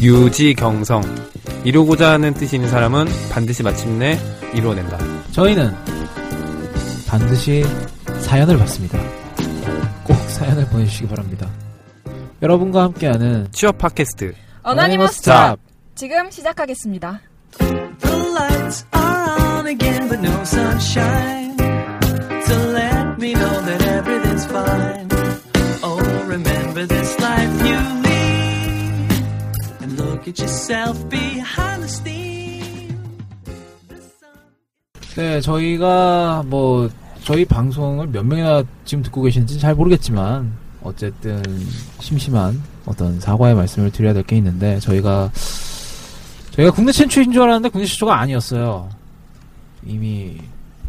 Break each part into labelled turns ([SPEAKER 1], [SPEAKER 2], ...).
[SPEAKER 1] 유지경성 이루고자 하는 뜻이 있는 사람은 반드시 마침내 이루어낸다.
[SPEAKER 2] 저희는 반드시 사연을 받습니다. 꼭 사연을 보내주시기 바랍니다. 여러분과 함께하는
[SPEAKER 1] 취업 팟캐스트
[SPEAKER 3] 어나니머스 잡 지금 시작하겠습니다.
[SPEAKER 4] The lights are on again, but no sunshine. To let me know that everything's fine. Oh, remember this life you lead. And look at yourself behind the steam. The sun.
[SPEAKER 2] 네, 저희가 뭐 저희 방송을 몇 명이나 지금 듣고 계시는지 잘 모르겠지만 어쨌든 심심한 어떤 사과의 말씀을 드려야 될 게 있는데 저희가 저희가 국내 최초인 줄 알았는데 국내 최초가 아니었어요. 이미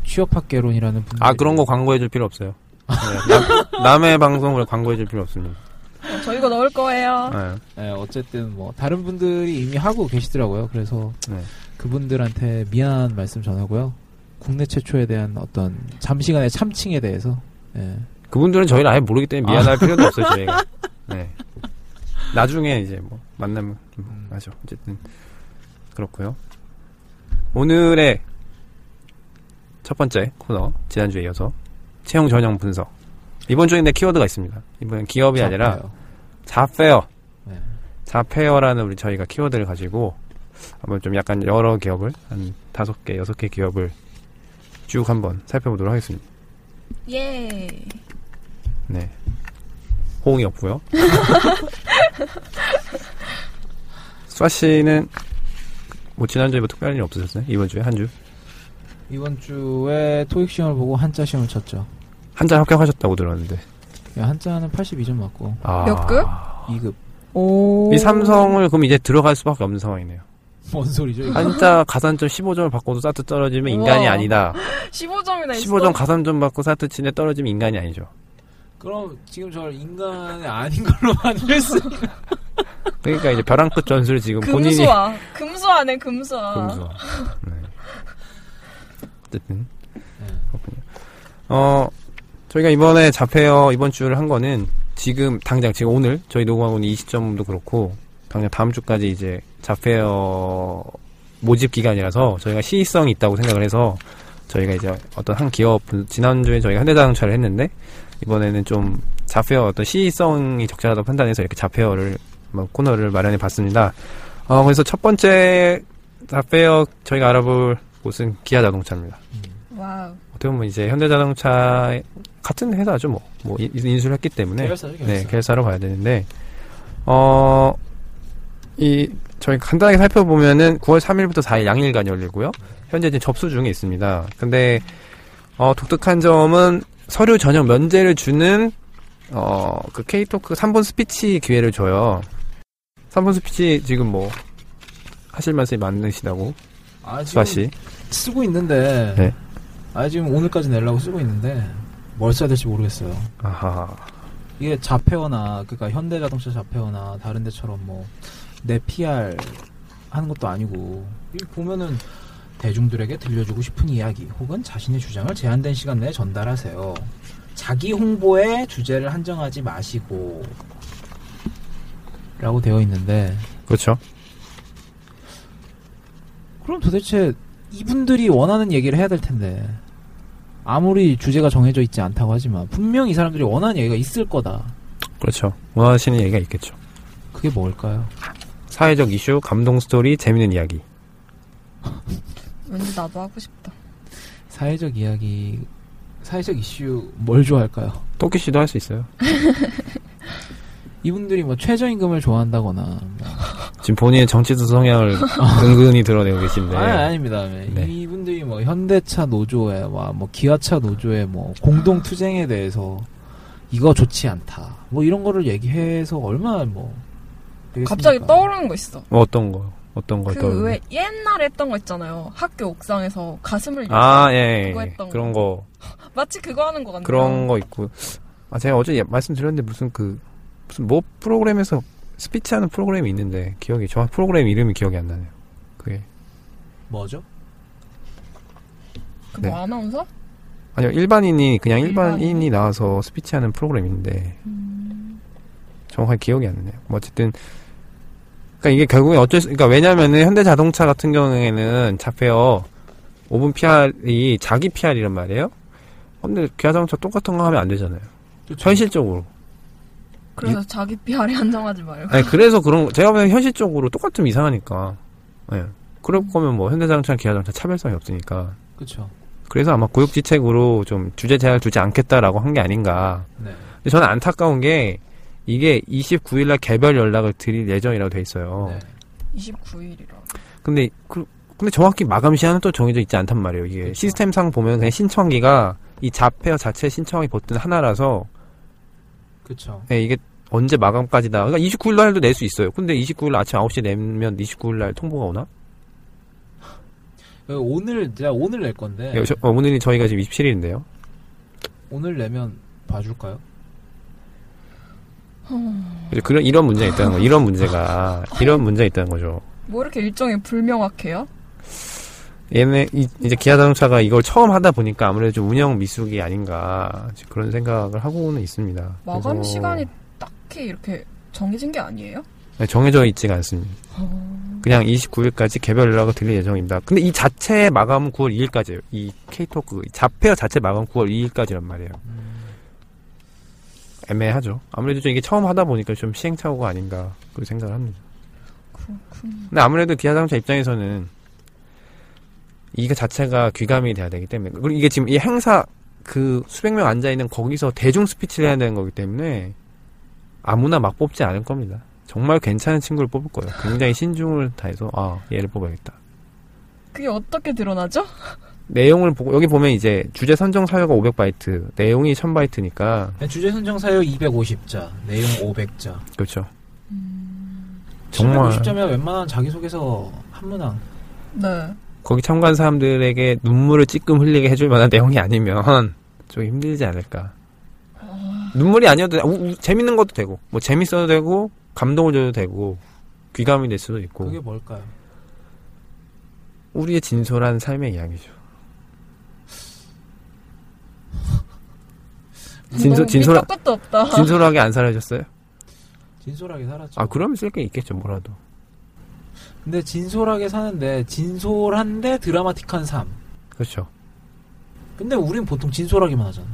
[SPEAKER 2] 취업학개론이라는 분.
[SPEAKER 1] 아 그런 거 광고해줄 필요 없어요. 네, 남, 남의 방송을 광고해줄 필요 없습니다.
[SPEAKER 3] 저희가 넣을 거예요.
[SPEAKER 1] 네.
[SPEAKER 2] 네, 어쨌든 뭐 다른 분들이 이미 하고 계시더라고요. 그래서
[SPEAKER 1] 네.
[SPEAKER 2] 그분들한테 미안한 말씀 전하고요. 국내 최초에 대한 어떤 잠시간의 참칭에 대해서 예,
[SPEAKER 1] 그분들은 저희를 아예 모르기 때문에 미안할 필요도 없어요 저희가. 네. 나중에 이제 뭐 만나면 좀 하죠. 어쨌든 그렇고요. 오늘의 첫 번째 코너 지난주에 이어서 채용 전형 분석. 이번 주인데 키워드가 있습니다. 이번엔 기업이 아니라
[SPEAKER 2] 잡아요.
[SPEAKER 1] 자페어.
[SPEAKER 2] 네.
[SPEAKER 1] 자페어라는 우리 저희가 키워드를 가지고 한번 좀 약간 여러 기업을 한 다섯 개, 여섯 개 기업을 쭉 한번 살펴보도록 하겠습니다.
[SPEAKER 3] 예.
[SPEAKER 1] 네. 호응이 없고요. 수아 씨는 뭐 지난주에 뭐 특별한 일 없으셨어요? 이번 주에 한 주?
[SPEAKER 2] 이번 주에 토익 시험을 보고 한자 시험을 쳤죠. 예,
[SPEAKER 1] 한자 합격하셨다고 들었는데.
[SPEAKER 2] 한자는 82점 맞고
[SPEAKER 1] 아.
[SPEAKER 3] 몇 급?
[SPEAKER 2] 2급.
[SPEAKER 3] 오.
[SPEAKER 1] 이 삼성을 그럼 이제 들어갈 수밖에 없는 상황이네요.
[SPEAKER 2] 뭔 소리죠? 이거?
[SPEAKER 1] 한자 가산점 15점을 받고도 사트 떨어지면 인간이
[SPEAKER 3] 우와. 네,
[SPEAKER 1] 아니다.
[SPEAKER 3] 15점이나 있어.
[SPEAKER 1] 15점 가산점 받고 사트치네 떨어지면 인간이 아니죠.
[SPEAKER 2] 그럼 지금 저를 인간이 아닌 걸로 만들었어.
[SPEAKER 1] 네. 그러니까 이제 벼랑 끝 전술 지금 본인이
[SPEAKER 3] 금수아. 금수아네 금수아.
[SPEAKER 1] 금수. 네. 어쨌든 그렇군요. 어 저희가 이번에 자페어 이번 주를 한 거는 지금 당장 지금 오늘 저희 녹음하고 있는 이 시점도 그렇고 당장 다음 주까지 이제 자페어 모집 기간이라서 저희가 시의성이 있다고 생각을 해서 저희가 이제 어떤 한 기업 지난주에 저희가 현대자동차를 했는데 이번에는 좀 자페어 어떤 시의성이 적절하다고 판단해서 이렇게 자페어를 한번 코너를 마련해 봤습니다. 어, 그래서 첫 번째 자페어 저희가 알아볼 곳은 기아 자동차입니다.
[SPEAKER 3] 와우.
[SPEAKER 1] 어떻게 보면 이제 현대자동차 같은 회사죠 뭐, 뭐 인- 인수를 했기 때문에
[SPEAKER 2] 계열사죠, 계열사.
[SPEAKER 1] 네 계열사로 봐야 되는데 어이 저희 간단하게 살펴보면은 9월 3일부터 4일 양일간 열리고요 현재 지금 접수 중에 있습니다. 근데 어 독특한 점은 서류 전형 면제를 주는 어그 케이토크 3분 스피치 기회를 줘요. 3분 스피치 지금 뭐 하실 말씀이 많으시다고
[SPEAKER 2] 아,
[SPEAKER 1] 수아
[SPEAKER 2] 지금
[SPEAKER 1] 씨.
[SPEAKER 2] 쓰고 있는데.
[SPEAKER 1] 네.
[SPEAKER 2] 아 지금 오늘까지 내려고 쓰고 있는데 뭘 써야 될지 모르겠어요.
[SPEAKER 1] 아하.
[SPEAKER 2] 이게 자페어나 그러니까 현대자동차 자페어나 다른 데처럼 뭐 내 PR 하는 것도 아니고 이거 보면은 대중들에게 들려주고 싶은 이야기 혹은 자신의 주장을 제한된 시간 내에 전달하세요. 자기 홍보에 주제를 한정하지 마시고 라고 되어 있는데
[SPEAKER 1] 그렇죠.
[SPEAKER 2] 그럼 도대체 이분들이 원하는 얘기를 해야 될 텐데 아무리 주제가 정해져 있지 않다고 하지만 분명 이 사람들이 원하는 얘기가 있을 거다.
[SPEAKER 1] 그렇죠. 원하시는 얘기가 있겠죠.
[SPEAKER 2] 그게 뭘까요?
[SPEAKER 1] 사회적 이슈, 감동 스토리, 재밌는 이야기.
[SPEAKER 3] 왠지 나도 하고 싶다.
[SPEAKER 2] 사회적 이야기, 사회적 이슈 뭘 좋아할까요?
[SPEAKER 1] 토끼 씨도 할 수 있어요.
[SPEAKER 2] 이분들이 뭐 최저임금을 좋아한다거나 뭐
[SPEAKER 1] 지금 본인의 정치적 성향을 은근히 드러내고 계신데.
[SPEAKER 2] 아니 아닙니다. 네.
[SPEAKER 1] 네.
[SPEAKER 2] 이분들이 뭐 현대차 노조에 와, 뭐 기아차 노조에 뭐 공동 투쟁에 대해서 이거 좋지 않다. 뭐 이런 거를 얘기해서 얼마나 뭐 되겠습니까?
[SPEAKER 3] 갑자기 떠오르는 거 있어.
[SPEAKER 1] 뭐 어떤 거? 어떤 거?
[SPEAKER 3] 그 왜 옛날에 했던 거 있잖아요. 학교 옥상에서 가슴을 열고
[SPEAKER 1] 아, 예.
[SPEAKER 3] 그거
[SPEAKER 1] 예.
[SPEAKER 3] 했던
[SPEAKER 1] 그런 거.
[SPEAKER 3] 마치 그거 하는 것 같네요.
[SPEAKER 1] 그런 거 있고. 아, 제가 어제 예- 말씀드렸는데 무슨 그 무슨 뭐 프로그램에서 스피치 하는 프로그램이 있는데 기억이 저 프로그램 이름이 기억이 안 나네요. 그게
[SPEAKER 2] 뭐죠?
[SPEAKER 3] 그뭐
[SPEAKER 1] 네.
[SPEAKER 3] 아나운서?
[SPEAKER 1] 아니요. 일반인이 그냥
[SPEAKER 3] 일반인.
[SPEAKER 1] 일반인이 나와서 스피치 하는 프로그램인데
[SPEAKER 3] 음,
[SPEAKER 1] 정확하게 기억이 안 나네요. 뭐 어쨌든 그러니까 이게 결국에 어쩔 수, 그러니까 왜냐면은 현대자동차 같은 경우에는 자페어 5분 PR이 자기 PR이란 말이에요. 근데 기아자동차 똑같은 거 하면 안 되잖아요. 현실적으로.
[SPEAKER 3] 그래서 자기 PR에 한정하지 말고.
[SPEAKER 1] 아니 그래서 그런 거- 제가 보기엔 현실적으로 똑같으면 이상하니까. 예. 그럴 거면 뭐 현대자동차, 기아자동차 차별성이 없으니까.
[SPEAKER 2] 그렇죠.
[SPEAKER 1] 그래서 아마 고육지책으로 좀 주제 제한을 두지 않겠다라고 한 게 아닌가.
[SPEAKER 2] 네.
[SPEAKER 1] 근데 저는 안타까운 게 이게 29일날 개별 연락을 드릴 예정이라고 돼 있어요.
[SPEAKER 2] 네.
[SPEAKER 3] 29일이라.
[SPEAKER 1] 근데 그, 근데 정확히 마감 시한은 또 정해져 있지 않단 말이에요. 이게
[SPEAKER 3] 그렇죠.
[SPEAKER 2] 그쵸.
[SPEAKER 1] 시스템상 보면 그냥 신청기가 이 자페어 자체 신청이 버튼 하나라서
[SPEAKER 2] 그렇죠.
[SPEAKER 1] 예, 이게 언제 마감까지다. 그러니까 29일 날도 낼 수 있어요. 근데 29일 날 아침 9시 내면 29일 날 통보가 오나?
[SPEAKER 2] 그 오늘 제가 오늘 낼
[SPEAKER 3] 네.
[SPEAKER 2] 건데
[SPEAKER 1] 예, 저- 어, 오늘이 저희가 지금 27일인데요.
[SPEAKER 2] 오늘 내면 봐줄까요?
[SPEAKER 1] 그런 이런 문제가 있다는 거. 이런 문제가 이런 문제가 있다는 거죠.
[SPEAKER 3] 뭐 이렇게 일정이 불명확해요?
[SPEAKER 1] 얘네 이- 이제 기아자동차가 이걸 처음 하다 보니까 아무래도 좀 운영 미숙이 아닌가 지금 그런 생각을 하고는 있습니다.
[SPEAKER 3] 마감
[SPEAKER 1] 그래서-
[SPEAKER 3] 시간이 딱히 이렇게 정해진 게 아니에요?
[SPEAKER 1] 네, 정해져 있지가 않습니다. 그냥 29일까지 개별 연락을 드릴 예정입니다. 근데 이 자체 마감은 9월 2일까지예요. 이 K토크 자페어 자체 마감 9월 2일까지란 말이에요. 애매하죠. 아무래도 좀 이게 처음 하다 보니까 좀 시행착오가 아닌가 그렇게 생각을 합니다.
[SPEAKER 3] 그렇군요.
[SPEAKER 1] 근데 아무래도 기아자동차 입장에서는 이거 자체가 귀감이 돼야 되기 때문에 그리고 이게 지금 이 행사 그 수백 명 앉아 있는 거기서 대중 스피치를 해야 되는 거기 때문에 아무나 막 뽑지 않을 겁니다. 정말 괜찮은 친구를 뽑을 거예요. 굉장히 신중을 다해서 아 얘를 뽑아야겠다.
[SPEAKER 3] 그게 어떻게 드러나죠?
[SPEAKER 1] 내용을 보고 여기 보면 이제 주제 선정 사유가 500바이트, 내용이 1000바이트니까
[SPEAKER 2] 주제 선정 사유 250자, 내용 500자.
[SPEAKER 1] 그렇죠. 정말
[SPEAKER 2] 750자면 웬만한 자기소개서 한 문항.
[SPEAKER 3] 네.
[SPEAKER 1] 거기 참가한 사람들에게 눈물을 찔끔 흘리게 해줄 만한 내용이 아니면 좀 힘들지 않을까. 눈물이 아니어도 우- 우- 재밌는 것도 되고 뭐 재밌어도 되고 감동을 줘도 되고 귀감이 될 수도 있고
[SPEAKER 2] 그게 뭘까요?
[SPEAKER 1] 우리의 진솔한 삶의 이야기죠. 진솔 진솔
[SPEAKER 3] 도 없다.
[SPEAKER 1] 진솔하게 안 살아셨어요?
[SPEAKER 2] 진솔하게 살았죠.
[SPEAKER 1] 아 그러면 쓸 게 있겠죠 뭐라도.
[SPEAKER 2] 근데 진솔하게 사는데 진솔한데 드라마틱한 삶.
[SPEAKER 1] 그렇죠.
[SPEAKER 2] 근데 우린 보통 진솔하기만 하잖아.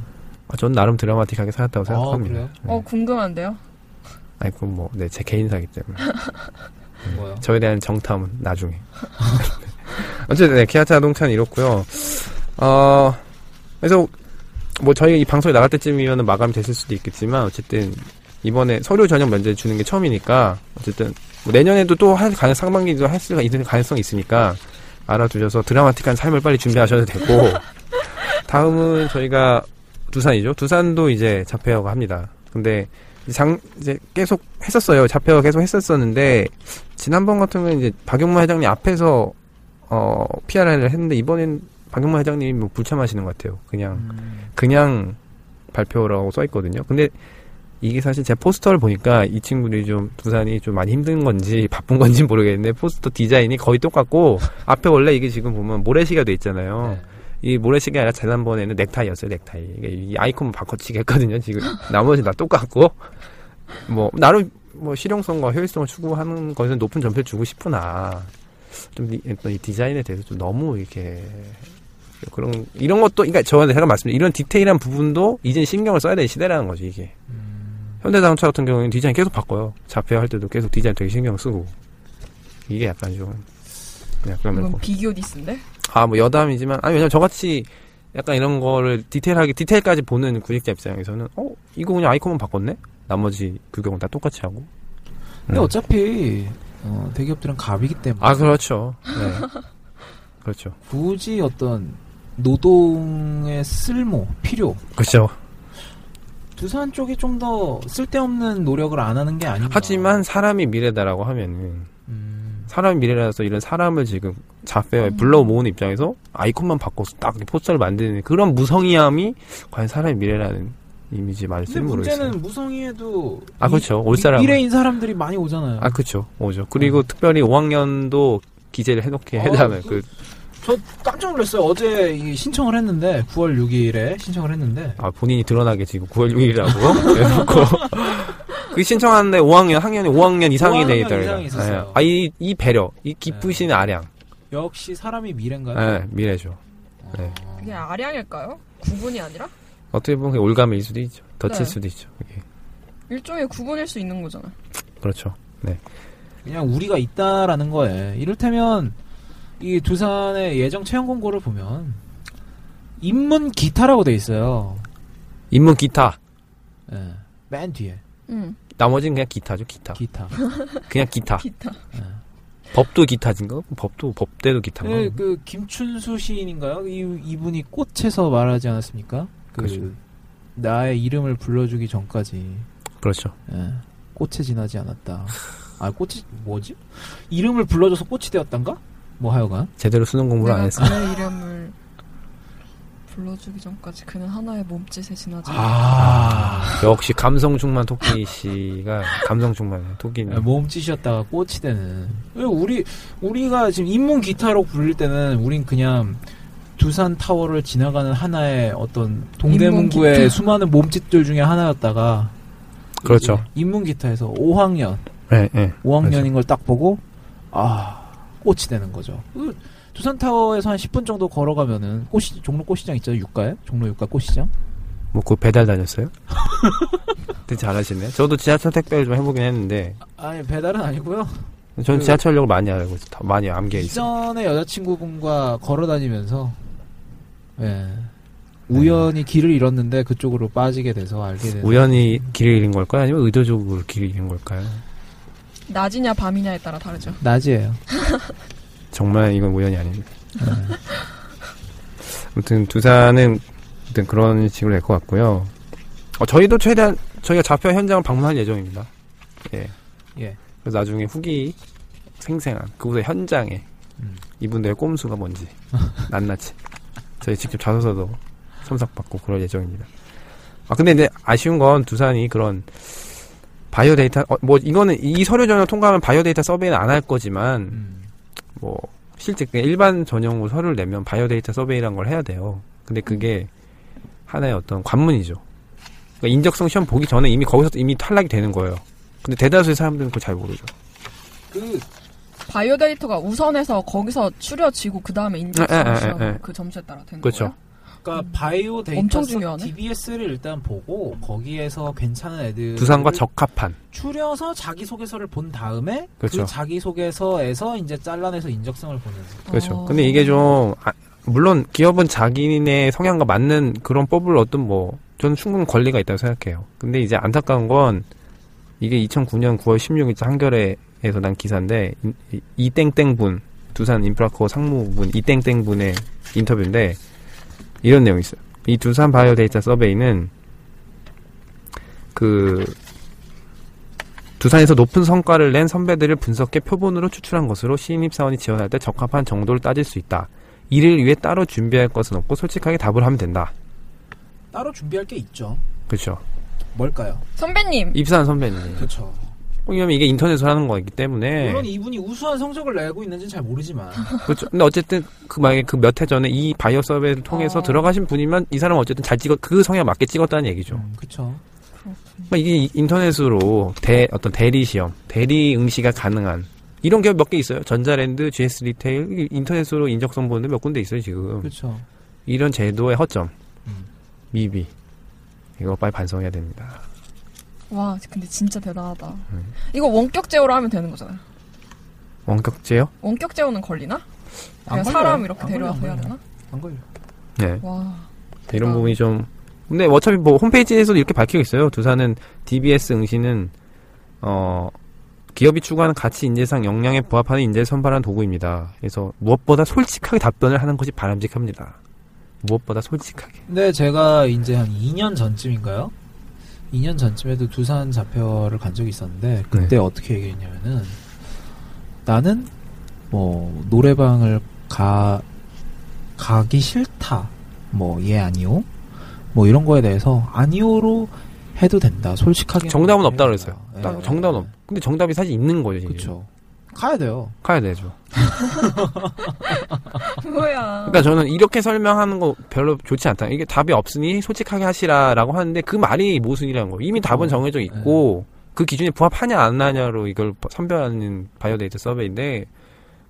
[SPEAKER 1] 아, 전 나름 드라마틱하게 살았다고
[SPEAKER 2] 아,
[SPEAKER 1] 생각합니다.
[SPEAKER 2] 그래요?
[SPEAKER 3] 어, 궁금한데요?
[SPEAKER 1] 아니 그건 뭐내제 개인사기 때문에.
[SPEAKER 2] 뭐요?
[SPEAKER 1] 저에 대한 정탐은 나중에. 어쨌든 네, 기아 자동차는 이렇고요. 어, 그래서 뭐 저희 이 방송이 나갈 때쯤이면 마감이 됐을 수도 있겠지만 어쨌든 이번에 서류 전형 면제 주는 게 처음이니까 어쨌든 뭐 내년에도 또 할 가능 상반기도 할 수가 있는 가능성이 있으니까 알아두셔서 드라마틱한 삶을 빨리 준비하셔도 되고 다음은 저희가 두산이죠. 두산도 이제 자폐어가 합니다. 근데 이제 장 이제 계속 했었어요. 자폐어 계속 했었었는데 지난번 같은 경우는 이제 박용만 회장님 앞에서 어 PR을 했는데 이번엔 박용만 회장님이 뭐 불참하시는 것 같아요. 그냥
[SPEAKER 2] 음,
[SPEAKER 1] 그냥 발표라고 써 있거든요. 근데 이게 사실 제 포스터를 보니까 이 친구들이 좀 두산이 좀 많이 힘든 건지 바쁜 건지 모르겠는데 포스터 디자인이 거의 똑같고 앞에 원래 이게 지금 보면 모래시가 돼 있잖아요.
[SPEAKER 2] 네.
[SPEAKER 1] 이 모래시계 아니라 지난번에는 넥타이였어요, 넥타이. 이게 이 아이콘 바꿔치기 했거든요, 지금. 나머지 다 똑같고. 뭐, 나름, 뭐, 실용성과 효율성을 추구하는 것은 높은 점수를 주고 싶으나, 좀, 이, 어떤 이 디자인에 대해서 좀 너무 이렇게, 그런, 이런 것도, 그러니까 저한테 제가 말씀드린 이런 디테일한 부분도 이젠 신경을 써야 되는 시대라는 거죠, 이게. 현대자동차 같은 경우에는 디자인 계속 바꿔요. 자폐할 때도 계속 디자인 되게 신경 쓰고. 이게 약간 좀, 뭐 그냥 그런 거.
[SPEAKER 3] 이건 비교 디스인데?
[SPEAKER 1] 아, 뭐 여담이지만, 아니, 왜냐면 저같이 약간 이런 거를 디테일하게, 디테일까지 보는 구직자 입장에서는, 어, 이거 그냥 아이콘만 바꿨네? 나머지 규격은 다 똑같이 하고.
[SPEAKER 2] 근데
[SPEAKER 1] 음.
[SPEAKER 2] 어차피 어, 대기업들은 갑이기 때문에
[SPEAKER 1] 아, 그렇죠. 네. 그렇죠.
[SPEAKER 2] 굳이 어떤 노동의 쓸모, 필요
[SPEAKER 1] 그렇죠.
[SPEAKER 2] 두산 쪽이 좀 더 쓸데없는 노력을 안 하는 게 아닌가.
[SPEAKER 1] 하지만 사람이 미래다라고 하면은,
[SPEAKER 2] 음,
[SPEAKER 1] 사람이 미래라서 이런 사람을 지금 자페어에 불러 모으는 입장에서 아이콘만 바꿔서 딱 이렇게 포스터를 만드는 그런 무성의함이 과연 사람의 미래라는 이미지에
[SPEAKER 2] 근데
[SPEAKER 1] 맞을지는 모르겠어요.
[SPEAKER 2] 문제는 무성의에도
[SPEAKER 1] 아,
[SPEAKER 2] 이-
[SPEAKER 1] 그렇죠. 올
[SPEAKER 2] 미-
[SPEAKER 1] 사람은.
[SPEAKER 2] 미래인 사람들이 많이 오잖아요.
[SPEAKER 1] 아, 그렇죠. 오죠. 그리고 특별히 5학년도 기재를 해놓게
[SPEAKER 2] 네. 어,
[SPEAKER 1] 해달라는
[SPEAKER 2] 그-
[SPEAKER 1] 그
[SPEAKER 2] 저 깜짝 놀랐어요. 어제 이 신청을 했는데 9월 6일에 신청을 했는데
[SPEAKER 1] 아 본인이 드러나게 지금 9월 6일이라고 해놓고 그 신청하는데 5학년, 학년이 5학년 이상이
[SPEAKER 2] 5학년
[SPEAKER 1] 돼 있더라고요.
[SPEAKER 2] 이상이 있었어요. 네.
[SPEAKER 1] 예. 아, 이, 이 배려, 이 기쁘신 아량.
[SPEAKER 2] 역시 사람이 미래인가요?
[SPEAKER 1] 예, 미래죠. 네.
[SPEAKER 3] 그게 아량일까요? 구분이 아니라
[SPEAKER 1] 어떻게 보면 그게 올가미일 수도 있죠. 덫일
[SPEAKER 3] 네.
[SPEAKER 1] 수도 있죠. 예.
[SPEAKER 3] 일종의 구분일 수 있는 거잖아.
[SPEAKER 1] 그렇죠.
[SPEAKER 2] 그냥 우리가 있다라는 거예요. 이를테면 이 두산의 예정 채용 공고를 보면 입문 기타라고 돼 있어요.
[SPEAKER 1] 인문 기타.
[SPEAKER 2] 예. 맨 뒤에
[SPEAKER 3] 응.
[SPEAKER 1] 나머지는 그냥 기타죠, 기타.
[SPEAKER 2] 기타.
[SPEAKER 1] 아. 그냥 기타.
[SPEAKER 3] 기타.
[SPEAKER 1] 법도 기타인가? 법도, 법대도 기타인가?
[SPEAKER 2] 그, 그 김춘수 시인인가요? 이, 이분이 꽃에서 말하지 않았습니까? 그
[SPEAKER 1] 그렇죠.
[SPEAKER 2] 나의 이름을 불러주기 전까지
[SPEAKER 1] 그렇죠.
[SPEAKER 2] 예. 꽃에 지나지 않았다. 아 꽃이 뭐지? 이름을 불러줘서 꽃이 되었단가? 뭐 하여간
[SPEAKER 1] 제대로 수능 공부를
[SPEAKER 2] 네.
[SPEAKER 1] 안
[SPEAKER 3] 내가
[SPEAKER 1] 했어요.
[SPEAKER 3] 그의 이름을 불러주기 전까지 그는 하나의 몸짓에 지나지.
[SPEAKER 2] 아
[SPEAKER 1] 역시 감성 충만 토끼 씨가 감성 충만 토끼는
[SPEAKER 2] 예, 몸짓이었다가 꽃이 되는. 왜 우리 우리가 지금 인문 기타로 불릴 때는 우린 그냥 두산 타워를 지나가는 하나의 어떤
[SPEAKER 3] 인문
[SPEAKER 2] 동대문구의
[SPEAKER 3] 기타.
[SPEAKER 2] 수많은 몸짓들 중에 하나였다가
[SPEAKER 1] 그렇죠.
[SPEAKER 2] 예, 인문 기타에서 5학년
[SPEAKER 1] 네, 네.
[SPEAKER 2] 5학년인 걸 딱 보고 아 꽃이 되는 거죠. 그 두산 타워에서 한 10분 정도 걸어가면은 꽃이 종로 꽃시장 있잖아요. 육가에 종로 육가 꽃시장.
[SPEAKER 1] 뭐그 배달 다녔어요? 되게 잘하시네. 저도 지하철 택배를 좀 해보긴 했는데
[SPEAKER 2] 아니 배달은 아니고요.
[SPEAKER 1] 저는
[SPEAKER 2] 그-
[SPEAKER 1] 지하철역을 많이 알고 있어요. 다- 많이 암기해 있어요.
[SPEAKER 2] 이전에 여자친구분과 걸어다니면서 예 우연히 길을 잃었는데 그쪽으로 빠지게 돼서 알게 된
[SPEAKER 1] 우연히 길을 잃은 걸까요? 아니면 의도적으로 길을 잃은 걸까요?
[SPEAKER 3] 낮이냐 밤이냐에 따라 다르죠.
[SPEAKER 2] 낮이에요.
[SPEAKER 1] 정말 이건 우연이 아닙니다.
[SPEAKER 2] 예.
[SPEAKER 1] 아무튼 두산은 아무튼 그런 식으로 될 것 같고요. 어, 저희도 최대한 저희가 자폐 현장을 방문할 예정입니다. 예.
[SPEAKER 2] 예.
[SPEAKER 1] 그래서 나중에 후기 생생한 그곳의 현장에
[SPEAKER 2] 음.
[SPEAKER 1] 이분들의 꼼수가 뭔지 낱낱이 저희 직접 자소서도 첨삭받고 그럴 예정입니다. 아 근데 이제 아쉬운 건 두산이 그런 바이오 데이터 어, 뭐 이거는 이 서류 전형 통과하면 바이오 데이터 서베이는 안 할 거지만
[SPEAKER 2] 음.
[SPEAKER 1] 뭐 실제 그냥 일반 전용으로 뭐 서류를 내면 바이오데이터 서베이란 걸 해야 돼요. 근데 그게 하나의 어떤 관문이죠. 그러니까 인적성 시험 보기 전에 이미 거기서 이미 탈락이 되는 거예요. 근데 대다수의 사람들은 그걸 잘 모르죠.
[SPEAKER 2] 그
[SPEAKER 3] 바이오 데이터가 우선해서 거기서 추려지고 그 다음에
[SPEAKER 1] 에, 에, 에,
[SPEAKER 3] 인증을
[SPEAKER 1] 에.
[SPEAKER 3] 시험그 점수에 따라 된
[SPEAKER 1] 그렇죠.
[SPEAKER 3] 거예요.
[SPEAKER 2] 그러니까 바이오 데이터
[SPEAKER 3] 엄청 중요하네.
[SPEAKER 2] DBS를 일단 보고 거기에서 괜찮은 애들
[SPEAKER 1] 두산과 적합한.
[SPEAKER 2] 추려서 자기 소개서를 본 다음에 그
[SPEAKER 1] 그렇죠.
[SPEAKER 2] 자기 소개서에서 이제 잘라내서 인적성을 보는
[SPEAKER 1] 그렇죠.
[SPEAKER 3] 어.
[SPEAKER 1] 근데 이게 좀 아, 물론 기업은 자기네 성향과 맞는 그런 법을 어떤 뭐 저는 충분 히 권리가 있다고 생각해요. 근데 이제 안타까운 건 이게 2009년 9월 16일 한겨레에서 난 기사인데 이- 이- 이땡땡분 두산 인프라코어 상무분 이땡땡분의 인터뷰인데 이런 내용이 있어요. 이 두산 바이오 데이터 서베이는 그 두산에서 높은 성과를 낸 선배들을 분석해 표본으로 추출한 것으로 신입사원이 지원할 때 적합한 정도를 따질 수 있다. 이를 위해 따로 준비할 것은 없고 솔직하게 답을 하면 된다.
[SPEAKER 2] 따로 준비할 게 있죠.
[SPEAKER 1] 그렇죠.
[SPEAKER 2] 뭘까요?
[SPEAKER 3] 선배님
[SPEAKER 1] 입사한 선배님.
[SPEAKER 2] 그렇죠.
[SPEAKER 1] 왜냐면 이게 인터넷으로 하는 거기 때문에.
[SPEAKER 2] 물론 이분이 우수한 성적을 내고 있는지는 잘 모르지만
[SPEAKER 1] 그렇죠. 근데 어쨌든 그 만약에 그 몇 해 전에 이 바이오 서베이를 통해서
[SPEAKER 2] 아.
[SPEAKER 3] 어.
[SPEAKER 1] 들어가신 분이면 이 사람은 어쨌든 잘 찍어 그 성향 맞게 찍었다는 얘기죠.
[SPEAKER 2] 음, 그렇죠.
[SPEAKER 1] 그러니까 이게 이- 인터넷으로 대 어떤 대리 시험, 대리 응시가 가능한 이런 기업 몇 개 있어요. 전자랜드, GS 리테일 이게 인터넷으로 인적성 보는데 몇 군데 있어요 지금.
[SPEAKER 2] 그렇죠.
[SPEAKER 1] 이런 제도의 허점,
[SPEAKER 2] 음.
[SPEAKER 1] 미비 이거 빨리 반성해야 됩니다.
[SPEAKER 3] 와 근데 진짜 대단하다.
[SPEAKER 1] 네.
[SPEAKER 3] 이거 원격 제어로 하면 되는 거잖아요.
[SPEAKER 1] 원격제요?
[SPEAKER 3] 원격 제어는 걸리나?
[SPEAKER 2] 안
[SPEAKER 3] 그냥
[SPEAKER 2] 걸려요.
[SPEAKER 3] 사람 이렇게
[SPEAKER 2] 안 걸려,
[SPEAKER 3] 데려와서
[SPEAKER 2] 안
[SPEAKER 3] 해야
[SPEAKER 2] 걸려.
[SPEAKER 3] 되나?
[SPEAKER 2] 안 걸려.
[SPEAKER 1] 네.
[SPEAKER 3] 와
[SPEAKER 1] 이런
[SPEAKER 3] 아.
[SPEAKER 1] 부분이 좀 근데 어차피 뭐 홈페이지에서도 이렇게 밝히고 있어요. 두산은 DBS 응시는 어 기업이 추구하는 가치 인재상 역량에 부합하는 인재를 선발한 도구입니다. 그래서 무엇보다 솔직하게 답변을 하는 것이 바람직합니다. 무엇보다 솔직하게.
[SPEAKER 2] 근데 제가 이제 한 2년 전쯤인가요? 2년 전쯤에도 두산 자폐를 간 적이 있었는데
[SPEAKER 1] 네.
[SPEAKER 2] 그때 어떻게 얘기했냐면은 나는 뭐 노래방을 가 가기 싫다 뭐 예 아니요 뭐 이런 거에 대해서 아니요로 해도 된다 솔직하게
[SPEAKER 1] 정답은
[SPEAKER 2] 해도
[SPEAKER 1] 없다
[SPEAKER 2] 된다.
[SPEAKER 1] 그랬어요.
[SPEAKER 2] 예.
[SPEAKER 1] 딱 정답은 없. 근데 정답이 사실 있는 거죠. 지금.
[SPEAKER 2] 그쵸 가야 돼요
[SPEAKER 1] 가야 되죠.
[SPEAKER 3] 뭐야.
[SPEAKER 1] 그러니까 저는 이렇게 설명하는 거 별로 좋지 않다. 이게 답이 없으니 솔직하게 하시라라고 하는데 그 말이 모순이라는 거예요. 이미 답은 정해져 있고 그 기준에 부합하냐 안 하냐로 이걸 선별하는 바이오데이터 서베이인데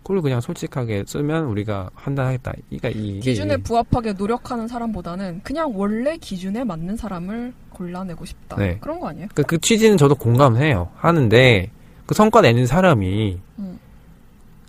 [SPEAKER 1] 그걸 그냥 솔직하게 쓰면 우리가 판단하겠다. 이가 이 예.
[SPEAKER 3] 기준에 부합하게 노력하는 사람보다는 그냥 원래 기준에 맞는 사람을 골라내고 싶다.
[SPEAKER 1] 네.
[SPEAKER 3] 그런 거 아니에요?
[SPEAKER 1] 그, 그 취지는 저도 공감해요. 하는데 그 성과 내는 사람이
[SPEAKER 3] 음.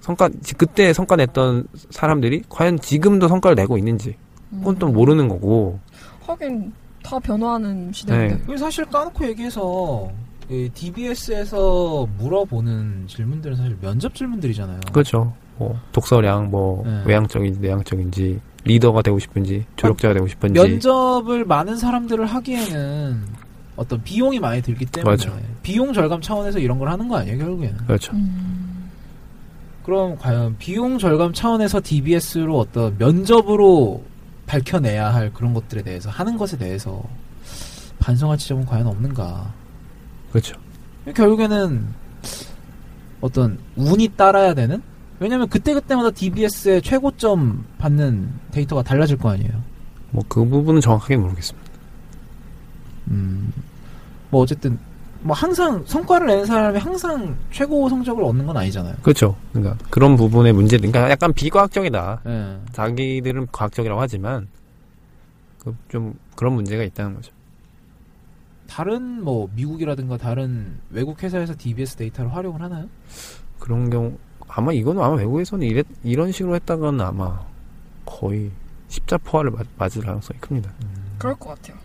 [SPEAKER 1] 성과 지- 그때 성과 냈던 사람들이 과연 지금도 성과를 내고 있는지
[SPEAKER 3] 음.
[SPEAKER 1] 그건 또 모르는 거고
[SPEAKER 3] 하긴 다 변화하는 시대인데.
[SPEAKER 1] 네.
[SPEAKER 2] 이거 사실 까놓고 얘기해서 이 DBS에서 물어보는 질문들은 사실 면접 질문들이잖아요.
[SPEAKER 1] 그렇죠. 뭐 독서량, 뭐
[SPEAKER 2] 네.
[SPEAKER 1] 외향적인지 내향적인지 리더가 되고 싶은지 조력자가 되고 싶은지
[SPEAKER 2] 면접을 많은 사람들을 하기에는 어떤 비용이 많이 들기 때문에
[SPEAKER 1] 맞아.
[SPEAKER 2] 비용 절감 차원에서 이런 걸 하는 거 아니에요 결국에는.
[SPEAKER 1] 그렇죠.
[SPEAKER 3] 음.
[SPEAKER 2] 그럼 과연 비용 절감 차원에서 DBS로 어떤 면접으로 밝혀내야 할 그런 것들에 대해서 하는 것에 대해서 반성할 지점은 과연 없는가?
[SPEAKER 1] 그렇죠.
[SPEAKER 2] 결국에는 어떤 운이 따라야 되는? 왜냐면 그때그때마다 DBS의 최고점 받는 데이터가 달라질 거 아니에요.
[SPEAKER 1] 뭐 그 부분은 정확하게 모르겠습니다.
[SPEAKER 2] 음. 뭐 어쨌든 뭐 항상 성과를 내는 사람이 항상 최고 성적을 얻는 건 아니잖아요.
[SPEAKER 1] 그렇죠. 그러니까 그런 부분의 문제, 그러니까 약간 비과학적이다.
[SPEAKER 2] 예.
[SPEAKER 1] 자기들은 과학적이라고 하지만 그 좀 그런 문제가 있다는 거죠.
[SPEAKER 2] 다른 뭐 미국이라든가 다른 외국 회사에서 DBS 데이터를 활용을 하나요?
[SPEAKER 1] 그런 경우 아마 이건 아마 외국에서는 이래, 이런 식으로 했다가는 아마 거의 십자포화를 맞, 맞을 가능성이 큽니다.
[SPEAKER 3] 그럴 것 같아요.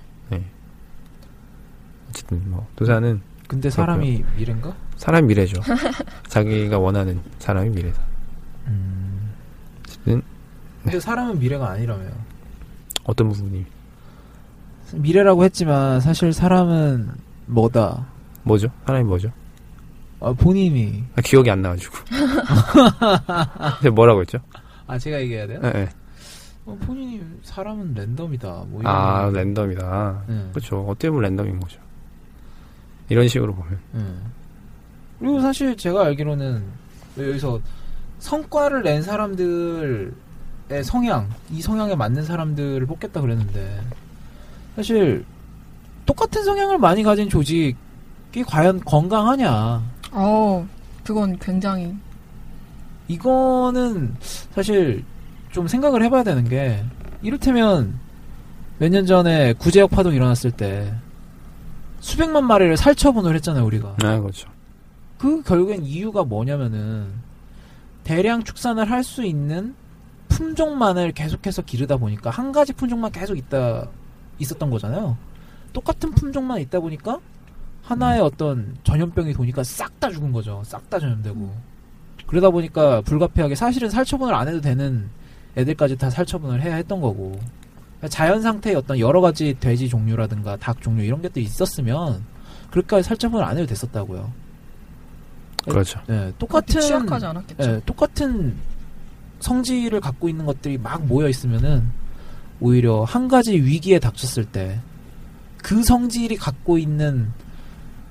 [SPEAKER 1] 어쨌든 뭐 도사는
[SPEAKER 2] 근데 사람이 미래인가?
[SPEAKER 1] 사람 미래죠. 자기가 원하는 사람이 미래다.
[SPEAKER 2] 음.
[SPEAKER 1] 어쨌든
[SPEAKER 2] 근데 사람은 미래가 아니라며요.
[SPEAKER 1] 어떤 부분이
[SPEAKER 2] 미래라고 했지만 사실 사람은 뭐다.
[SPEAKER 1] 뭐죠? 사람이 뭐죠?
[SPEAKER 2] 어, 본인이
[SPEAKER 1] 아, 기억이 안 나가지고. 근데 뭐라고 했죠?
[SPEAKER 2] 아 제가 얘기해야 돼요?
[SPEAKER 1] 예, 예.
[SPEAKER 2] 어, 본인이 사람은 랜덤이다. 뭐 이런
[SPEAKER 1] 아
[SPEAKER 2] 거.
[SPEAKER 1] 랜덤이다.
[SPEAKER 2] 예,
[SPEAKER 1] 그렇죠. 어떻게 보면 랜덤인 거죠. 이런 식으로 보면
[SPEAKER 2] 예. 그리고 사실 제가 알기로는 여기서 성과를 낸 사람들의 성향, 이 성향에 맞는 사람들을 뽑겠다 그랬는데 사실 똑같은 성향을 많이 가진 조직이 과연 건강하냐?
[SPEAKER 3] 어, 그건 굉장히
[SPEAKER 2] 이거는 사실 좀 생각을 해봐야 되는 게 이를테면 몇 년 전에 구제역 파동 일어났을 때 수백만 마리를 살처분을 했잖아요 우리가
[SPEAKER 1] 아 그렇죠.
[SPEAKER 2] 그 결국엔 이유가 뭐냐면은 대량 축산을 할 수 있는 품종만을 계속해서 기르다 보니까 한 가지 품종만 계속 있다 있었던 거잖아요 똑같은 품종만 있다 보니까 하나의 어떤 전염병이 도니까 싹 다 죽은 거죠 싹 다 전염되고 그러다 보니까 불가피하게 사실은 살처분을 안 해도 되는 애들까지 다 살처분을 해야 했던 거고 자연 상태의 어떤 여러 가지 돼지 종류라든가 닭 종류 이런 것도 있었으면 그렇게까지 살처분을 안 해도 됐었다고요.
[SPEAKER 1] 그렇죠.
[SPEAKER 2] 예,
[SPEAKER 3] 똑같이
[SPEAKER 2] 똑같은
[SPEAKER 3] 취약하지 않았겠죠.
[SPEAKER 2] 예, 똑같은 성질을 갖고 있는 것들이 막 모여 있으면은 오히려 한 가지 위기에 닥쳤을 때 그 성질이 갖고 있는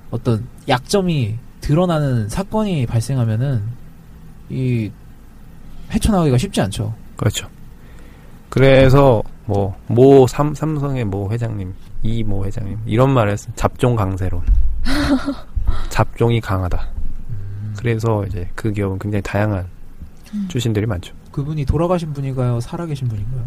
[SPEAKER 2] 어떤 약점이 드러나는 사건이 발생하면은 이 헤쳐나가기가 쉽지 않죠.
[SPEAKER 1] 그렇죠. 그래서 뭐 모 삼 삼성의 모 회장님, 이 모 회장님 이런 말을 했어요. 잡종 강세론. 잡종이 강하다.
[SPEAKER 2] 음.
[SPEAKER 1] 그래서 이제 그 기업은 굉장히 다양한
[SPEAKER 3] 음.
[SPEAKER 1] 출신들이 많죠.
[SPEAKER 2] 그분이 돌아가신 분인가요? 살아계신 분인가요?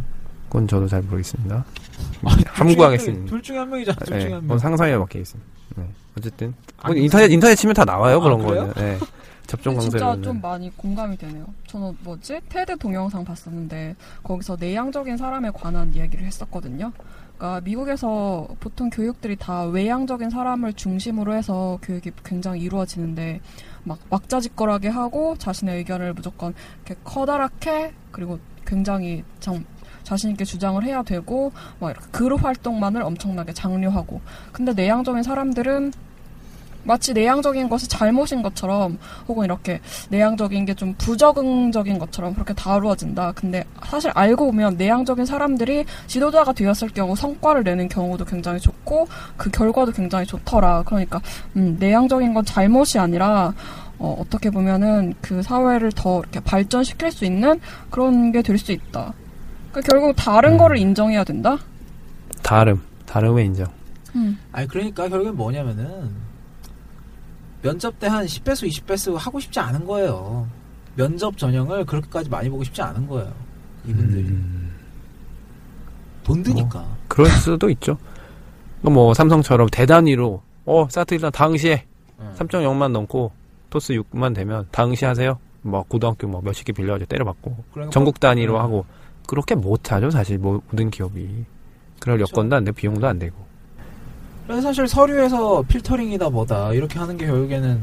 [SPEAKER 1] 그건 저도 잘 모르겠습니다.
[SPEAKER 2] 아, 둘 중에 한 명이-
[SPEAKER 1] 함구하겠습니다.
[SPEAKER 2] 둘 중에 한 명이잖아. 둘
[SPEAKER 1] 네,
[SPEAKER 2] 중에 한
[SPEAKER 1] 그건
[SPEAKER 2] 명.
[SPEAKER 1] 상상에 맡겨 있습니다. 네. 어쨌든
[SPEAKER 2] 아,
[SPEAKER 1] 그건 인터넷 인터넷 치면 다 나와요
[SPEAKER 2] 아,
[SPEAKER 1] 그런
[SPEAKER 2] 그래요?
[SPEAKER 1] 거는. 네. 잡종
[SPEAKER 3] 근데 진짜 좀
[SPEAKER 1] 강세론은
[SPEAKER 3] 많이 공감이 되네요. 저는 뭐지 테드 동영상 봤었는데 거기서 내향적인 사람에 관한 이야기를 했었거든요. 그러니까 미국에서 보통 교육들이 다 외향적인 사람을 중심으로 해서 교육이 굉장히 이루어지는데 막 왁자지껄하게 하고 자신의 의견을 무조건 이렇게 커다랗게 그리고 굉장히 정- 자신 있게 주장을 해야 되고 막 이렇게 그룹 활동만을 엄청나게 장려하고 근데 내향적인 사람들은 마치 내향적인 것이 잘못인 것처럼 혹은 이렇게 내향적인 게 좀 부적응적인 것처럼 그렇게 다루어진다. 근데 사실 알고 보면 내향적인 사람들이 지도자가 되었을 경우 성과를 내는 경우도 굉장히 좋고 그 결과도 굉장히 좋더라. 그러니까 음, 내향적인 건 잘못이 아니라 어, 어떻게 보면은 그 사회를 더 이렇게 발전시킬 수 있는 그런 게 될 수 있다. 그러니까 결국 다른
[SPEAKER 1] 음.
[SPEAKER 3] 거를 인정해야 된다.
[SPEAKER 1] 다름 다름의 인정.
[SPEAKER 3] 음.
[SPEAKER 2] 아니 그러니까 결국엔 뭐냐면은 면접 때 한 10배수, 20배수 하고 싶지 않은 거예요. 면접 전형을 그렇게까지 많이 보고 싶지 않은 거예요. 이분들이.
[SPEAKER 1] 음.
[SPEAKER 2] 돈 드니까.
[SPEAKER 1] 네. 그럴 수도 있죠. 뭐 삼성처럼 대단위로 어 사트리랑 당시에
[SPEAKER 2] 예.
[SPEAKER 1] 3.0만 넘고 토스 6만 되면 당시 하세요. 뭐 고등학교 뭐 몇십 개 빌려가지고 때려받고
[SPEAKER 2] 그러니까
[SPEAKER 1] 전국 단위로
[SPEAKER 2] 음.
[SPEAKER 1] 하고 그렇게 못하죠 사실 뭐, 모든 기업이 그럴
[SPEAKER 2] 그렇죠.
[SPEAKER 1] 여건도 안 되고 비용도 안 되고
[SPEAKER 2] 그래서 사실 서류에서 필터링이다 뭐다 이렇게 하는 게 결국에는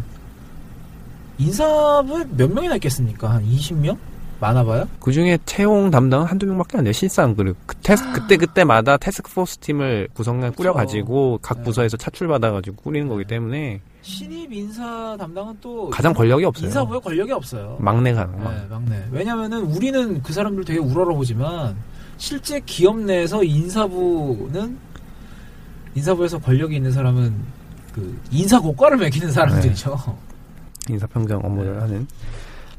[SPEAKER 2] 인사부에 몇 명이나 있겠습니까? 한 20명? 많아봐요?
[SPEAKER 1] 그중에 채용 담당은 한두 명밖에 안 돼요 실상 그리고 그 테스, 그때 그때마다 태스크포스 팀을 구성해
[SPEAKER 2] 아. 그렇죠.
[SPEAKER 1] 꾸려가지고 각
[SPEAKER 2] 네.
[SPEAKER 1] 부서에서 차출받아가지고 꾸리는 거기 때문에
[SPEAKER 2] 신입 인사 담당은 또
[SPEAKER 1] 가장 권력이 없어요
[SPEAKER 2] 뭐 인사부에 권력이 없어요.
[SPEAKER 1] 막내가 막.
[SPEAKER 2] 네, 막내. 왜냐면은 우리는 그 사람들 되게 우러러보지만 실제 기업 내에서 인사부는 인사부에서 권력이 있는 사람은 그 인사 고과를 매기는 사람들이죠.
[SPEAKER 1] 인사평정
[SPEAKER 2] 네.
[SPEAKER 1] 업무를 하는.